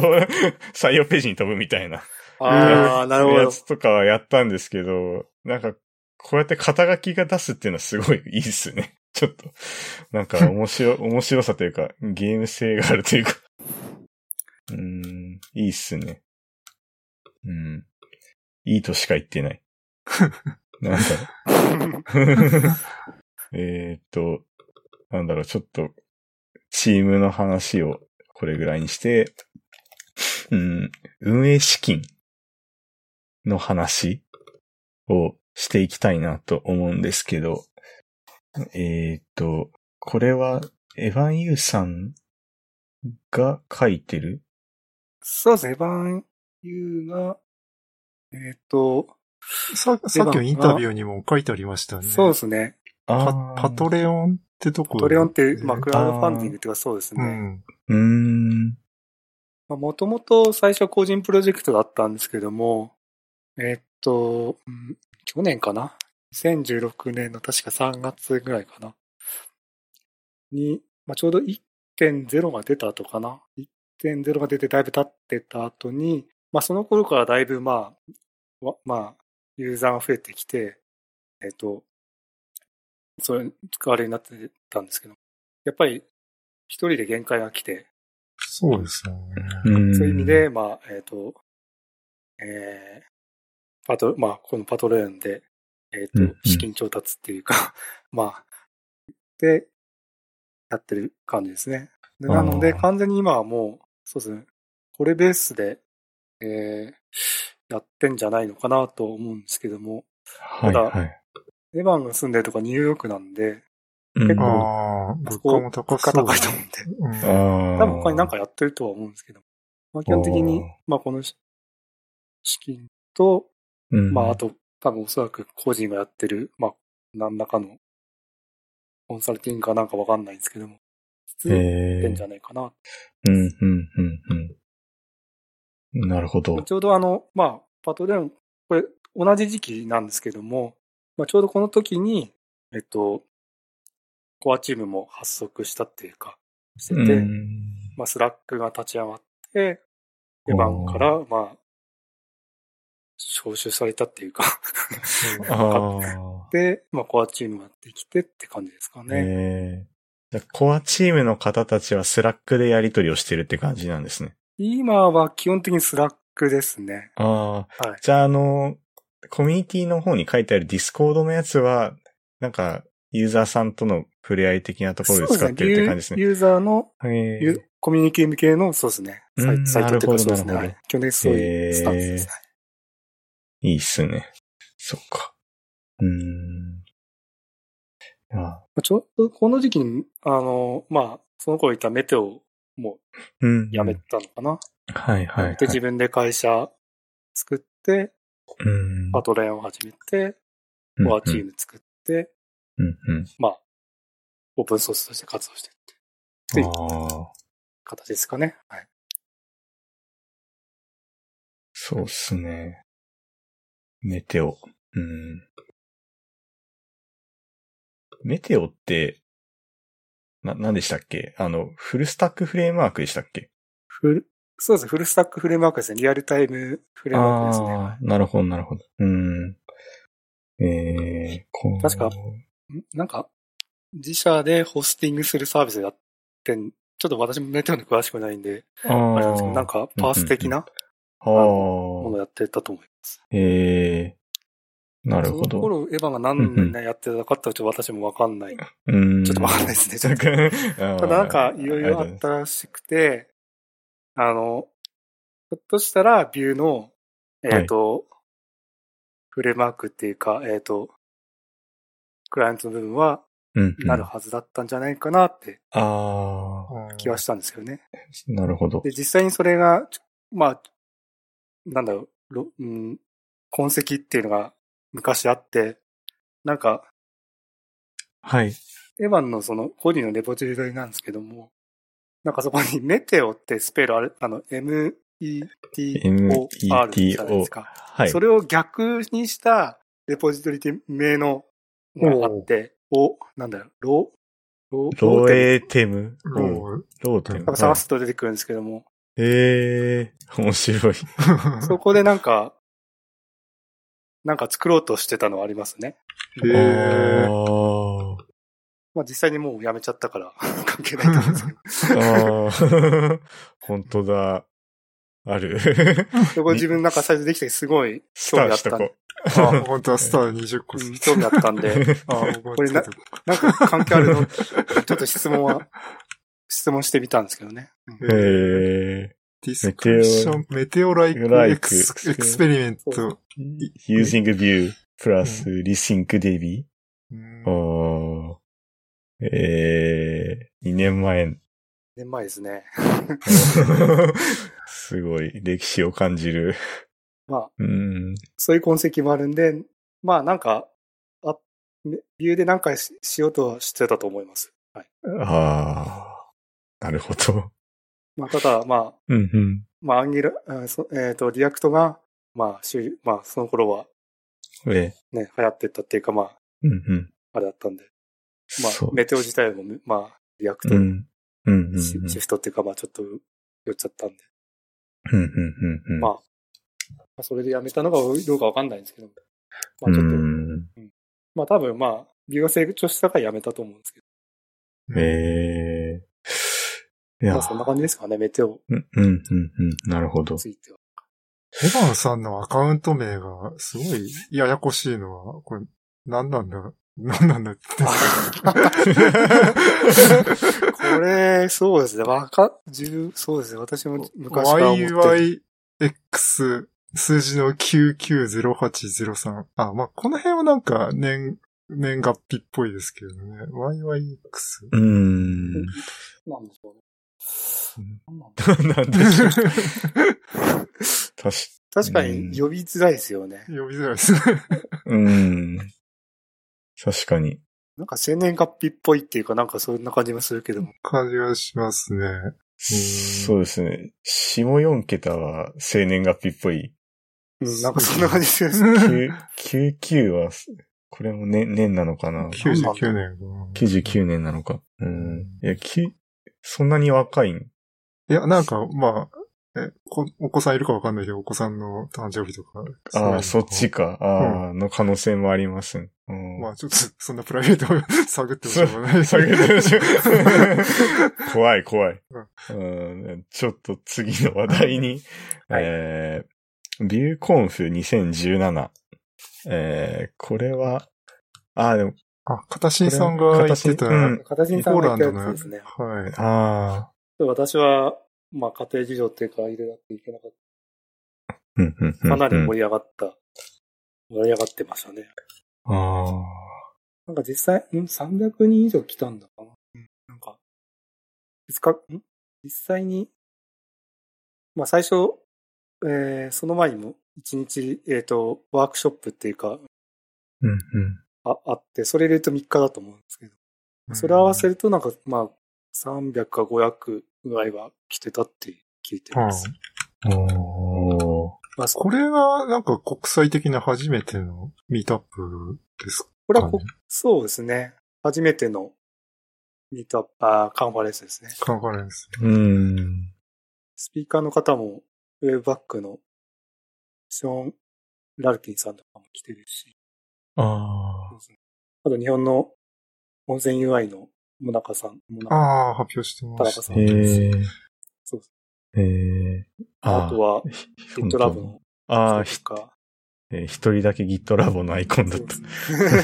採用ページに飛ぶみたいなああ、なるほやど。つとかはやったんですけど、なんか、こうやって肩書きが出すっていうのはすごいいいですよね。 ちょっと、なんか面 白、面白さというか、ゲーム性があるというか。 うーん、いいっすね。うん。いいとしか言って ない。なんだろう えーっと、なんだろう、ちょっと、チームの話をこれぐらいにして、うん、運営資金の話をしていきたいなと思うんですけど、えーっと、これは、エヴァン・ユーさんが書いてるそうですね。エヴァン・ユーが、えっと、ささっきのインタビューにも書いてありましたね。そうですね。パーパトレオンってとこトレオンって、まあ、ねクラウドファンディングっていうかそうですうね。ん。うーん。もともと最初個人プロジェクトだったんですけども、えっと、うん去年かな ?2016 年の確か3月ぐらいかなに、まあ、ちょうど1.0が出た後かな ?1.0 が出てだいぶ経ってた後に、まあ、その頃からだいぶまあ、わまあ、ユーザーが増えてきて、えっと、それ、使われるようになってたんですけど、やっぱり一人で限界が来て、そうですよね。んそういう意味で、、まあ、えっ、と、えー、パト、まあ、このパトレーンで、えっ、うんうんと、資金調達っていうか、 まあ、で、やってる感じですね。でなので、あー完全に今はもう、そうですね、これベースで、えー、やってんじゃないのかなと思うんですけども、はい、はい。エヴァンが住んでるとかニューヨークなんで、結うあ構んあ、物価そこも高そ価うだね。高いと思うんで、うんあー多分他に何かやってるとは思うんですけど、まあ、基本的におー、まあ、このし資金と、うんまあ、あと、多分おそらく個人がやってる、まあ、何らかの、コンサルティングかなんかわかんないんですけども、えやってんーじゃないかな。うん、うん、うん、うん。なるほど。ちょうどあの、まあ、パトレオン、これ、同じ時期なんですけども、まあ、ちょうどこの時に、えっと、コアチームも発足したっていうか、してうて、ん。まあ、スラックが立ち上がって、エヴァンから、まあ、招集されたっていうか ああ。で、まあ、コアチームができてって感じですかね。ええじゃあコアチームの方たちはスラックでやり取りをしてるって感じなんですね。今は基本的にスラックですね。ああ。はいじゃあ、あの、コミュニティの方に書いてあるディスコードのやつは、なんか、ユーザーさんとの触れ合い的なところで使ってるって感じですね。ユーユーザーの、へえユーコミュニティ向けの、そうですね。サうんイサイトっていうか、なるほそうどですね。なるほどはい基本的にそういうスタンスですね。いいっすね。そっか。うーん。あまあちょうどこの時期に、あの、まあ、その頃いたメテオもうん。辞めたのかな。はいはい、はい。で、自分で会社作って、うん。パトレンを始めて、うん、コアチーム作って、うんうん。まあ、オープンソースとして活動してるってついああ。形ですかね。はい。そうっすね。メテオ。うん。メテオって、な、何でしたっけあの、フルスタックフレームワークでしたっけフル、そうですね。フルスタックフレームワークですね。リアルタイムフレームワークですね。あー、なるほど、なるほど。うん。えー、こう確かんなんか、自社でホスティングするサービスやってん、ちょっと私もネットに詳しくないんで、ああーれなんですけど、なん、かパース的なあものーやってたと思います。えー、なるほそのど。頃、エヴァが何年やってたかってちょっと私もわかんない。ちうん。ょっとわかんないですね。ちょなっんとかあーただ なんか、いろいろありっがとたらしくて、あの、ひょっとしたら、ビューの、えっ、と、フレームワークっていうか、えっ、と、クライアントの部分はうございます。うん。なるはずだったんじゃないかなってああ、気はしたんですけどね。なるほどで、。実際にそれが、ちょまあ、なんだろう、ろうん、痕跡っていうのが昔あって、なんか、はい。エヴァンのその、コディのレポジトリなんですけども、なんかそこにメテオってスペルある、あの、METOR じゃないです METO。か。はい。それを逆にしたレポジトリ名のがあって、お、なんだろう、ロロロテーテム。ロもう、ーテなんム。か探すと出てくるんですけども、ええー、面白い。そこでなんか、なんか作ろうとしてたのはありますね。へえー。あまあ実際にもうやめちゃったから、 関係ないと思うんですけど。ーあー。 本当だ。ある。そこ自分なんか最初できてすごいスタ興味ーあっしたんこで、あ、 本当はスター20個うん興味あったん で、う。ああ、これな、なんか関係あるの ちょっと質問は、質問してみたんですけどね。うんええディスクリプション、メテオライクエクスエクスペリメント。ー、using view plus resync DB。うんあーええー、2年前。年前ですね。すごい、歴史を感じる。まあ、うん。そういう痕跡もあるんで、まあなんか、あ、ね理由でなんかししようとはしてたと思います。はい。ああ、なるほど。まあただ、まあ、うんうん。まあアンギュラ、うんそえっ、と、リアクトが、まあ、主まあその頃はええ、ね、流行ってったっていうか、まあ、うんうん。あれだったんで、まそうあ、メテオ自体も、まあ、リアクうトん。うんうんうん。シシフトっていうか、まあちょっと寄っちゃったんで、うんうんうんうん。まあ、まあ、それでやめたのがどうかわかんないんですけど、まうあちょっと、ん。まあ多分まあ、美容成長したからやめたと思うんですけええ。いど、やまあ、そんな感じですかね、メテオうんうんうんうん。なるほどに。つい ては。エヴァンさんのアカウント名がすごいややこしいのは、これ、何なんだ、何なんだ って。これ、そうですね、わか、十、そうですね、私も昔から思ってる。 YYX 数字の990803。あ、まあ、この辺はなんか年、年月日っぽいですけどね。YYX。 うーん。なんでしょうねなんなんだろうなんでしょう確か確かに呼びづらいですよね。呼びづらいですね。うん。確かに。なんか生年月日っぽいっていうか、なんかそんな感じもするけども。感じがしますね。んそうですね。下4桁は生年月日っぽい。うん、なんかそんな感じで すよね。 9 99は、これも年、年なのかな99年が。 99年なのか。うん。いや、き、そんなに若いんいや、なんか、まあ、えこお子さんいるかわかんないけど、お子さんの誕生日とか。ういうあのあ、をそっちか。ああ、の可能性もあります。うんまあ、ちょっと、そんなプライベートを 探ってもしょうがない。探ってもしょうがない怖い、怖い、うんちょっと次の話題に。 はいえー、ビューコンフ2017。えー、これは、ああ、でも、あ、片新さんが言ってた、これうん形にさんポーがランド言ったやの、つですね。はい。ああ、私は、まあ家庭事情っていうか、いろいろあっていけなかっうんうんうた。んうかんなり盛り上がった。盛り上がってましたね。あなんか実際、ん ?300 人以上来たんだかな。うんなんか、実か、ん実際に、まあ最初、えーその前にも一日、えっ、と、ワークショップっていうか、ーうんうんああって、それ入れると3日だと思うんですけど、それ合わせるとなんか、まあ、300か500ぐらいは来てたって聞いてうんます。おーまあ、そこれが、なんか国際的な初めてのミートアップですこれはこ、はいそうですね。初めてのミートアップ、あーカンファレンスですね。カンファレンス。うん。スピーカーの方も、ウェブバックのショーン・ラルキンさんとかも来てるし、ああ。あと日本の温泉 UI のモナカさん、モナあカあ、発表して田まし中た。さんへも来てるしえ。そうですへえ。あとは、本 GitLab 当のああ、人ひとか、えー一人だけ GitLab のアイコンだっそうた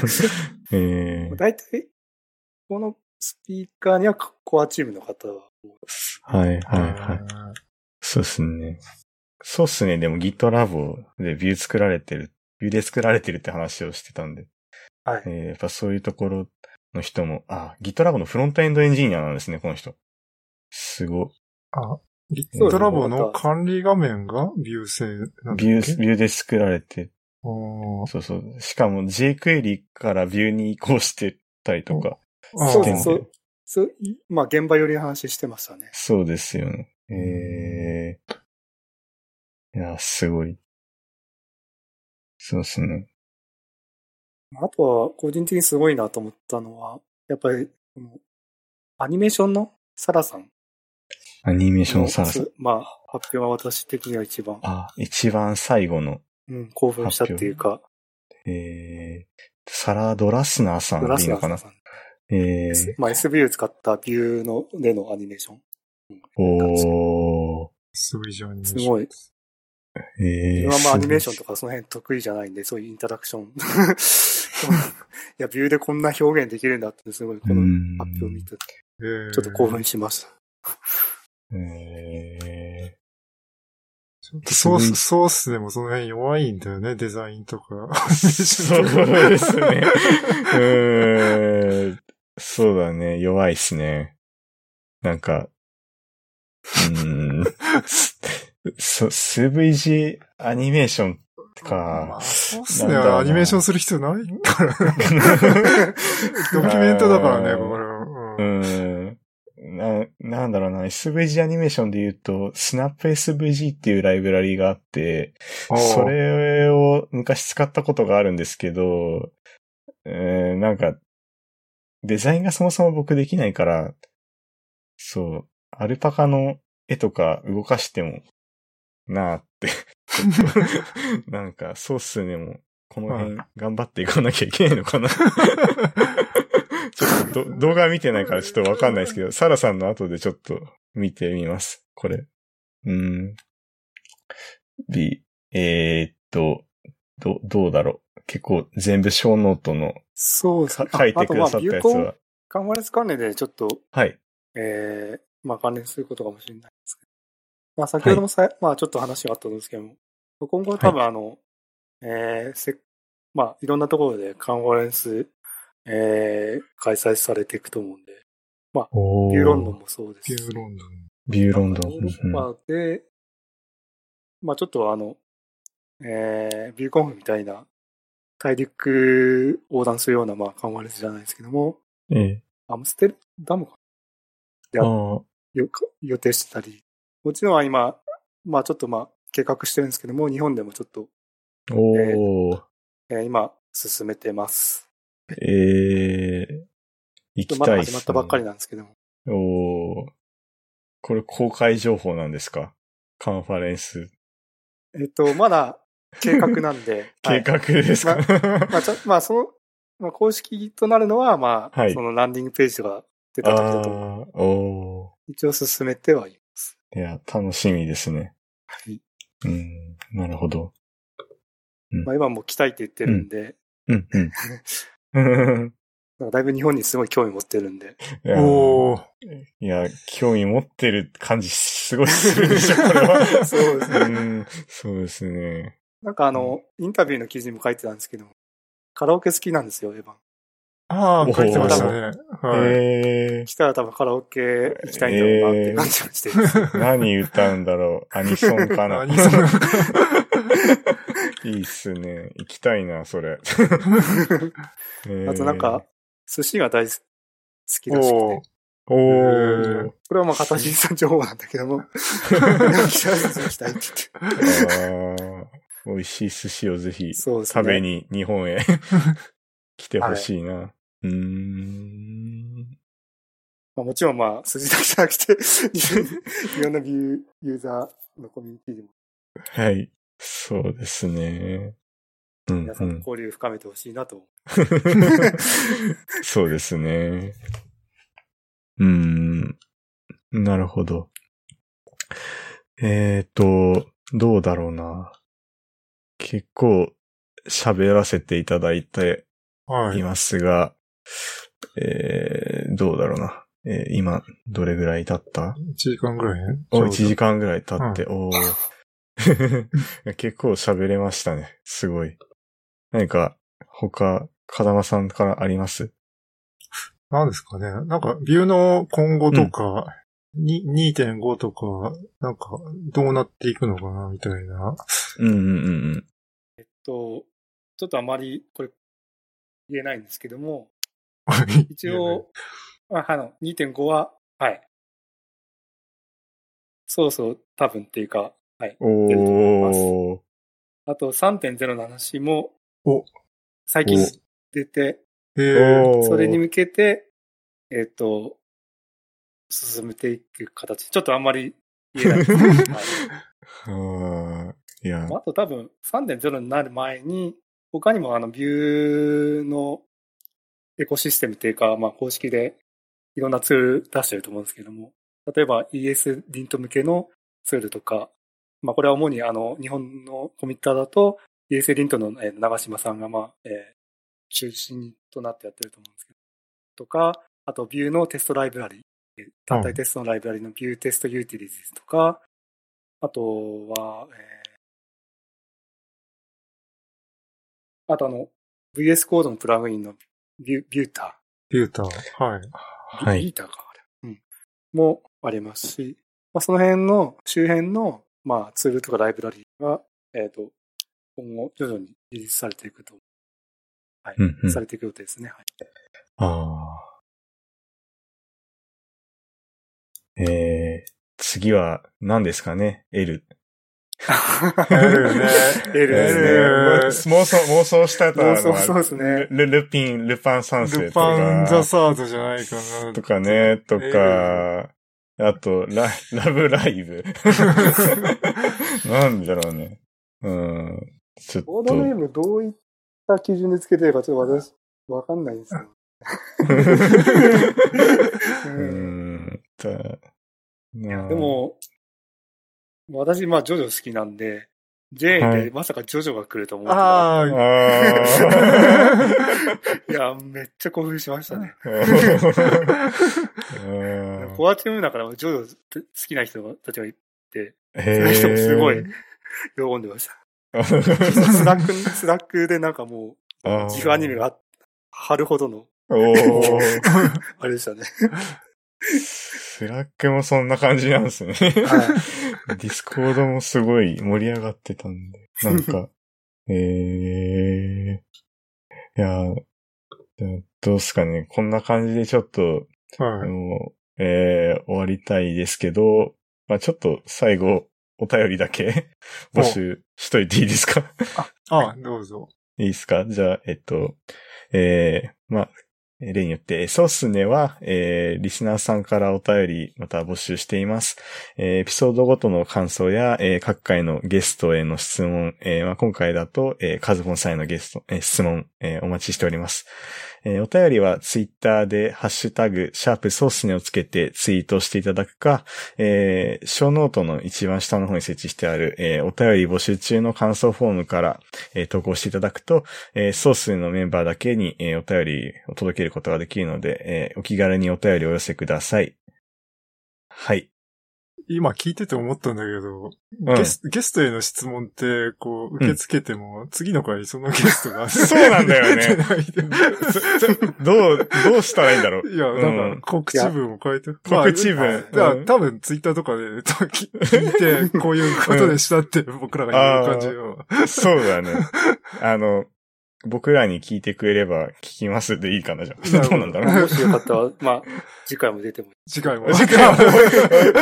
で。すねえー大体、このスピーカーにはコアチームの方は多い、はいはいはい。そうっすね。そうっすね。でも GitLab でビュー作られてる、ビューで作られてるって話をしてたんで。はいえーやっぱそういうところの人も、あ、GitLab のフロントエンドエンジニアなんですね、この人。すご。そうい。ですね GitLab の管理画面がビュー製なんだっけビュー、ビューで作られて、あそうそう。しかも jQuery からビューに移行してたりとか。あそうでですす、ねそう、そう、まあ現場寄りの話してましたね。そうですよね。ええいや、すごい。そうですね。あとは、個人的にすごいなと思ったのは、やっぱり、このアニメーションのサラさんアニメーショのンサース。すまあ、発表は私的には一番、あ、一番最後の、うん、興奮したっていうか、えー、サラ・ドラスナーさんドラでいスいナのーさかんな。えー、まあ、SVU 使ったビューの、でのアニメーション。おー、すごいじゃん。すごい。え自ー、分 はまあアニメーションすとかその辺得意じゃないんで、そういうインタラクション。 いや、ビューでこんな表現できるんだって、すごい、こうのん発表を見て、ちえーょっと興奮しました。ごいえちょっとソース、ソースでもその辺弱いんだよね、デザインとか。ー、そうですね。うーん、 そうだね。弱いっすね。なんか、う ーん、そ SVG アニメーションまかあ、。ソースね、なんだろうなアニメーションする必 要ないから。ドキュメントだからね、これは。ううんん。な、なんだろうな、SVG アニメーションで言うと、SnapSVG っていうライブラリがあって、そ。れを昔使ったことがあるんですけど、えーなんか、デザインがそもそも僕できないから、そう、アルパカの絵とか動かしても、なあって、ちょっとなんか、そうっすね、もう、この辺頑張っていかなきゃいけないの かな。ちょっとど動画見てないからちょっとわかんないですけど、サラさんの後でちょっと見てみます。これ。うん。B、えーっと、ど、どうだろう。結構全部小ノートのそうですかね。あ書いてくださあとまあったビュやーつコンは。カンファレンス関連でちょっと、はい。えー、まあ関連することかもしれないですけど。まあ先ほどもさ、まあちょっと話があったんですけども、今後多分あの、えーせ、まあいろんなところでカンファレンス、えー、開催されていくと思うんで、おビューロンドン。もそうですビしューロンドン。ビューロンドン。ヨーロッパで、まあちょっとあの、えー、ビューコンフみたいな、大陸横断するような、まあ、カンファレンスじゃないですけども、うんえアムステルダムかえ。やああ。よ予定してたり、もちろんは今、まあちょっとまあ計画してるんですけども、日本でもちょっと、おー。えー今進めてます。ええ。行きまただいっすね始まったばっかりなんですけども、おー。これ公開情報なんですかカンファレンス。。えっと、まだ計画なんで 計はい画ですか、まあ、ちょまあ、その、まあ、公式となるのは、まあ、はいそのランディングページとか出た時だと、ああ、お一応進めてはいます。ーいや、楽しみですね。はい。うん、なるほど。まあ、今もう来たいって言ってるんで、うん、うん。 なんかだいぶ日本にすごい興味持ってるんで。いやおー。いや、興味持ってる感じすごいするでしょ、これは。 そうですねん、そうですね。なんかあの、インタビューの記事にも書いてたんですけど、カラオケ好きなんですよ、エヴァン。あおあ、ー書いてましたね。はい。え来たら多分カラオケ行きたいんだろうなって感じがしてます。ー、何歌うんだろう。アニソンかな。ア ニソンいいっすね。行きたいな、そ れ。えーあとなんか、、寿司が大好きらしくおてー。。おー。これはまあ、片尻さん情報なんだけ ども、来たら寿司行きたいって言って。あー美味しい寿司をぜひそうですね。食べに日 本へ来てほしいな。うーん。まあ、もちろんまあ、数字だけじゃなくて、いろんなビューユーザーのコミュニティでもはい。そうですね。うん、皆さんうとん。交流深めてほしいなと。 そうですね。うーん。なるほど。えっ、と、どうだろうな。結構喋らせていただいてはいい。ますが、えー、どうだろうな。えー今、どれぐらい経った1時間ぐらいね。お、1時間ぐらい経って、おー 結構喋れましたね。すごい。何か、他、風間さんからありますなんですかね。なんか、ビューの今後とか、に2.5とか、なんか、どうなっていくのかな、みたいな。うんうんうんうん。えっと、ちょっとあまりこれ言えないんですけども、 一応、ああの、2.5は、はい。そうそう、多分っていうか、はい。おー。あと3.0の話も、お最近出て、言えない、えーおーそれに向けて、えっ、と、進めていく形。ちょっとあんまり言えないです、はいはーいや、あと多分3.0になる前に、他にもあのビューのエコシステムっていうか、まあ公式でいろんなツール出してると思うんですけども、例えば ES リント向けのツールとか、まあこれは主にあの日本のコミッターだと ES リントのえー長島さんがまあ、えー中心となってやってると思うんですけど、とか、あとビューのテストライブラリ、えー単体テストのライブラリのビューテストユーティリティズとか、あとは、えーあとあの、VS コードのプラグインのビュビュータビューター。はい。ー。はビい。ューターか、あれ。うん。もありますし、まあ、その辺の、周辺の、まあ、ツールとかライブラリーが、えっ、と、今後徐々にリリースされていくと、はい。うんうんされていく予定です ね。はい。あーえー、次は何ですかね ?L。 L ね L ですね L えー妄想、妄想したともはう そうそうですね。ル、ルピン、ルパン三世ルとか。パンザサードじゃないかな。とかね、とか、あと、ラ、ラブライ ブ。なんだろうね。うん。ちょっコードネーと、ムどういった基準でつけてるか、ちょっと私、わかんないんですよ。ううんん。たいやで、も、私、まあ、ジョジョ好きなんで、J はでいまさかジョジョが来ると思ってた、あ あ ーい、や、めっちゃ興奮しましたね。うんコアチームの中でもジョジョ好きな人たちがいて、そのへ人もーすごい。喜んでました。スラック、スラックでなんかもあーう、ギフアニメが貼るほどの、おーあれでしたね。スラックもそんな感じなんですね。はディスコードもすごい盛り上がってたんで、なん か、ええいや、でもどうっすかね。こんな感じでちょっと、あ。はい。もう、えー終わりたいですけど、まあちょっと最後、お便りだけ 募集しといていいですかあ、どうぞ。いいですかじゃあ、えっと、えーまあえー例によって、えーそうっすねは、えーリスナーさんからお便り、また募集しています。えーエピソードごとの感想や、えー各回のゲストへの質問、えーまあ、今回だと、えーカズポンさんへのゲスト、えー質問、えーお待ちしております。えーお便りはツイッターで、ハッシュタグ、シャープソースネをつけてツイートしていただくか、えー、小ノートの一番下の方に設置してある、えーお便り募集中の感想フォームから、えー投稿していただくと、えーソースのメンバーだけに、えーお便りを届けることができるので、えーお気軽にお便りをお寄せください。はい。今聞いてて思ったんだけど、うんゲスゲストへの質問って、こう、受け付けても、次の回そのゲストが、 そうなんだよね 出ないでどう、どうしたらいいんだろう。 いや、なうんんか告知文を書いて。告知文だからうん多分ツイッターとかでと聞聞いて、こういうことでしたって僕らが言う感じを。そうだね。あの、僕らに聞いてくれれば聞きますでいいかな、じゃなるあ。ほどどうなんだ ろう。もしよかったら、まあ、次回も出てもいい。次回も。次 回も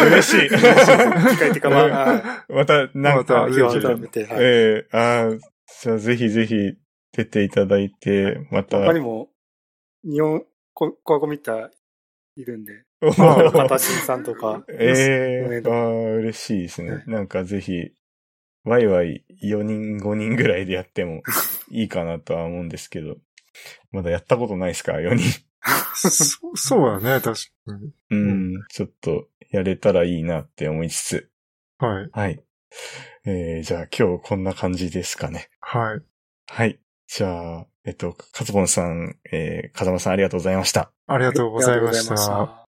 嬉しい。 次回っていうか、まあ、あまた、なんまか、た日を改めて、はい。ええああ、じゃあぜひぜひ出ていただいて、また。他にも、日本、コ コアコミッターいるんで、おまあーまたしんさんとか、ええうんああ、嬉しいですねね。なんかぜひ、ワイワイ4人5人ぐらいでやって もいいかなとは思うんですけど、まだやったことないですから、4人。 そうそうだね、確かに。うん、ちょっとやれたらいいなって思いつつ。はい。はい。えー、じゃあ今日こんな感じですかね。はい。はい。じゃあ、えっと、カズボンさん、えー、風間さんありがとうございました。ありがとうございまし。ありがとうございましたた。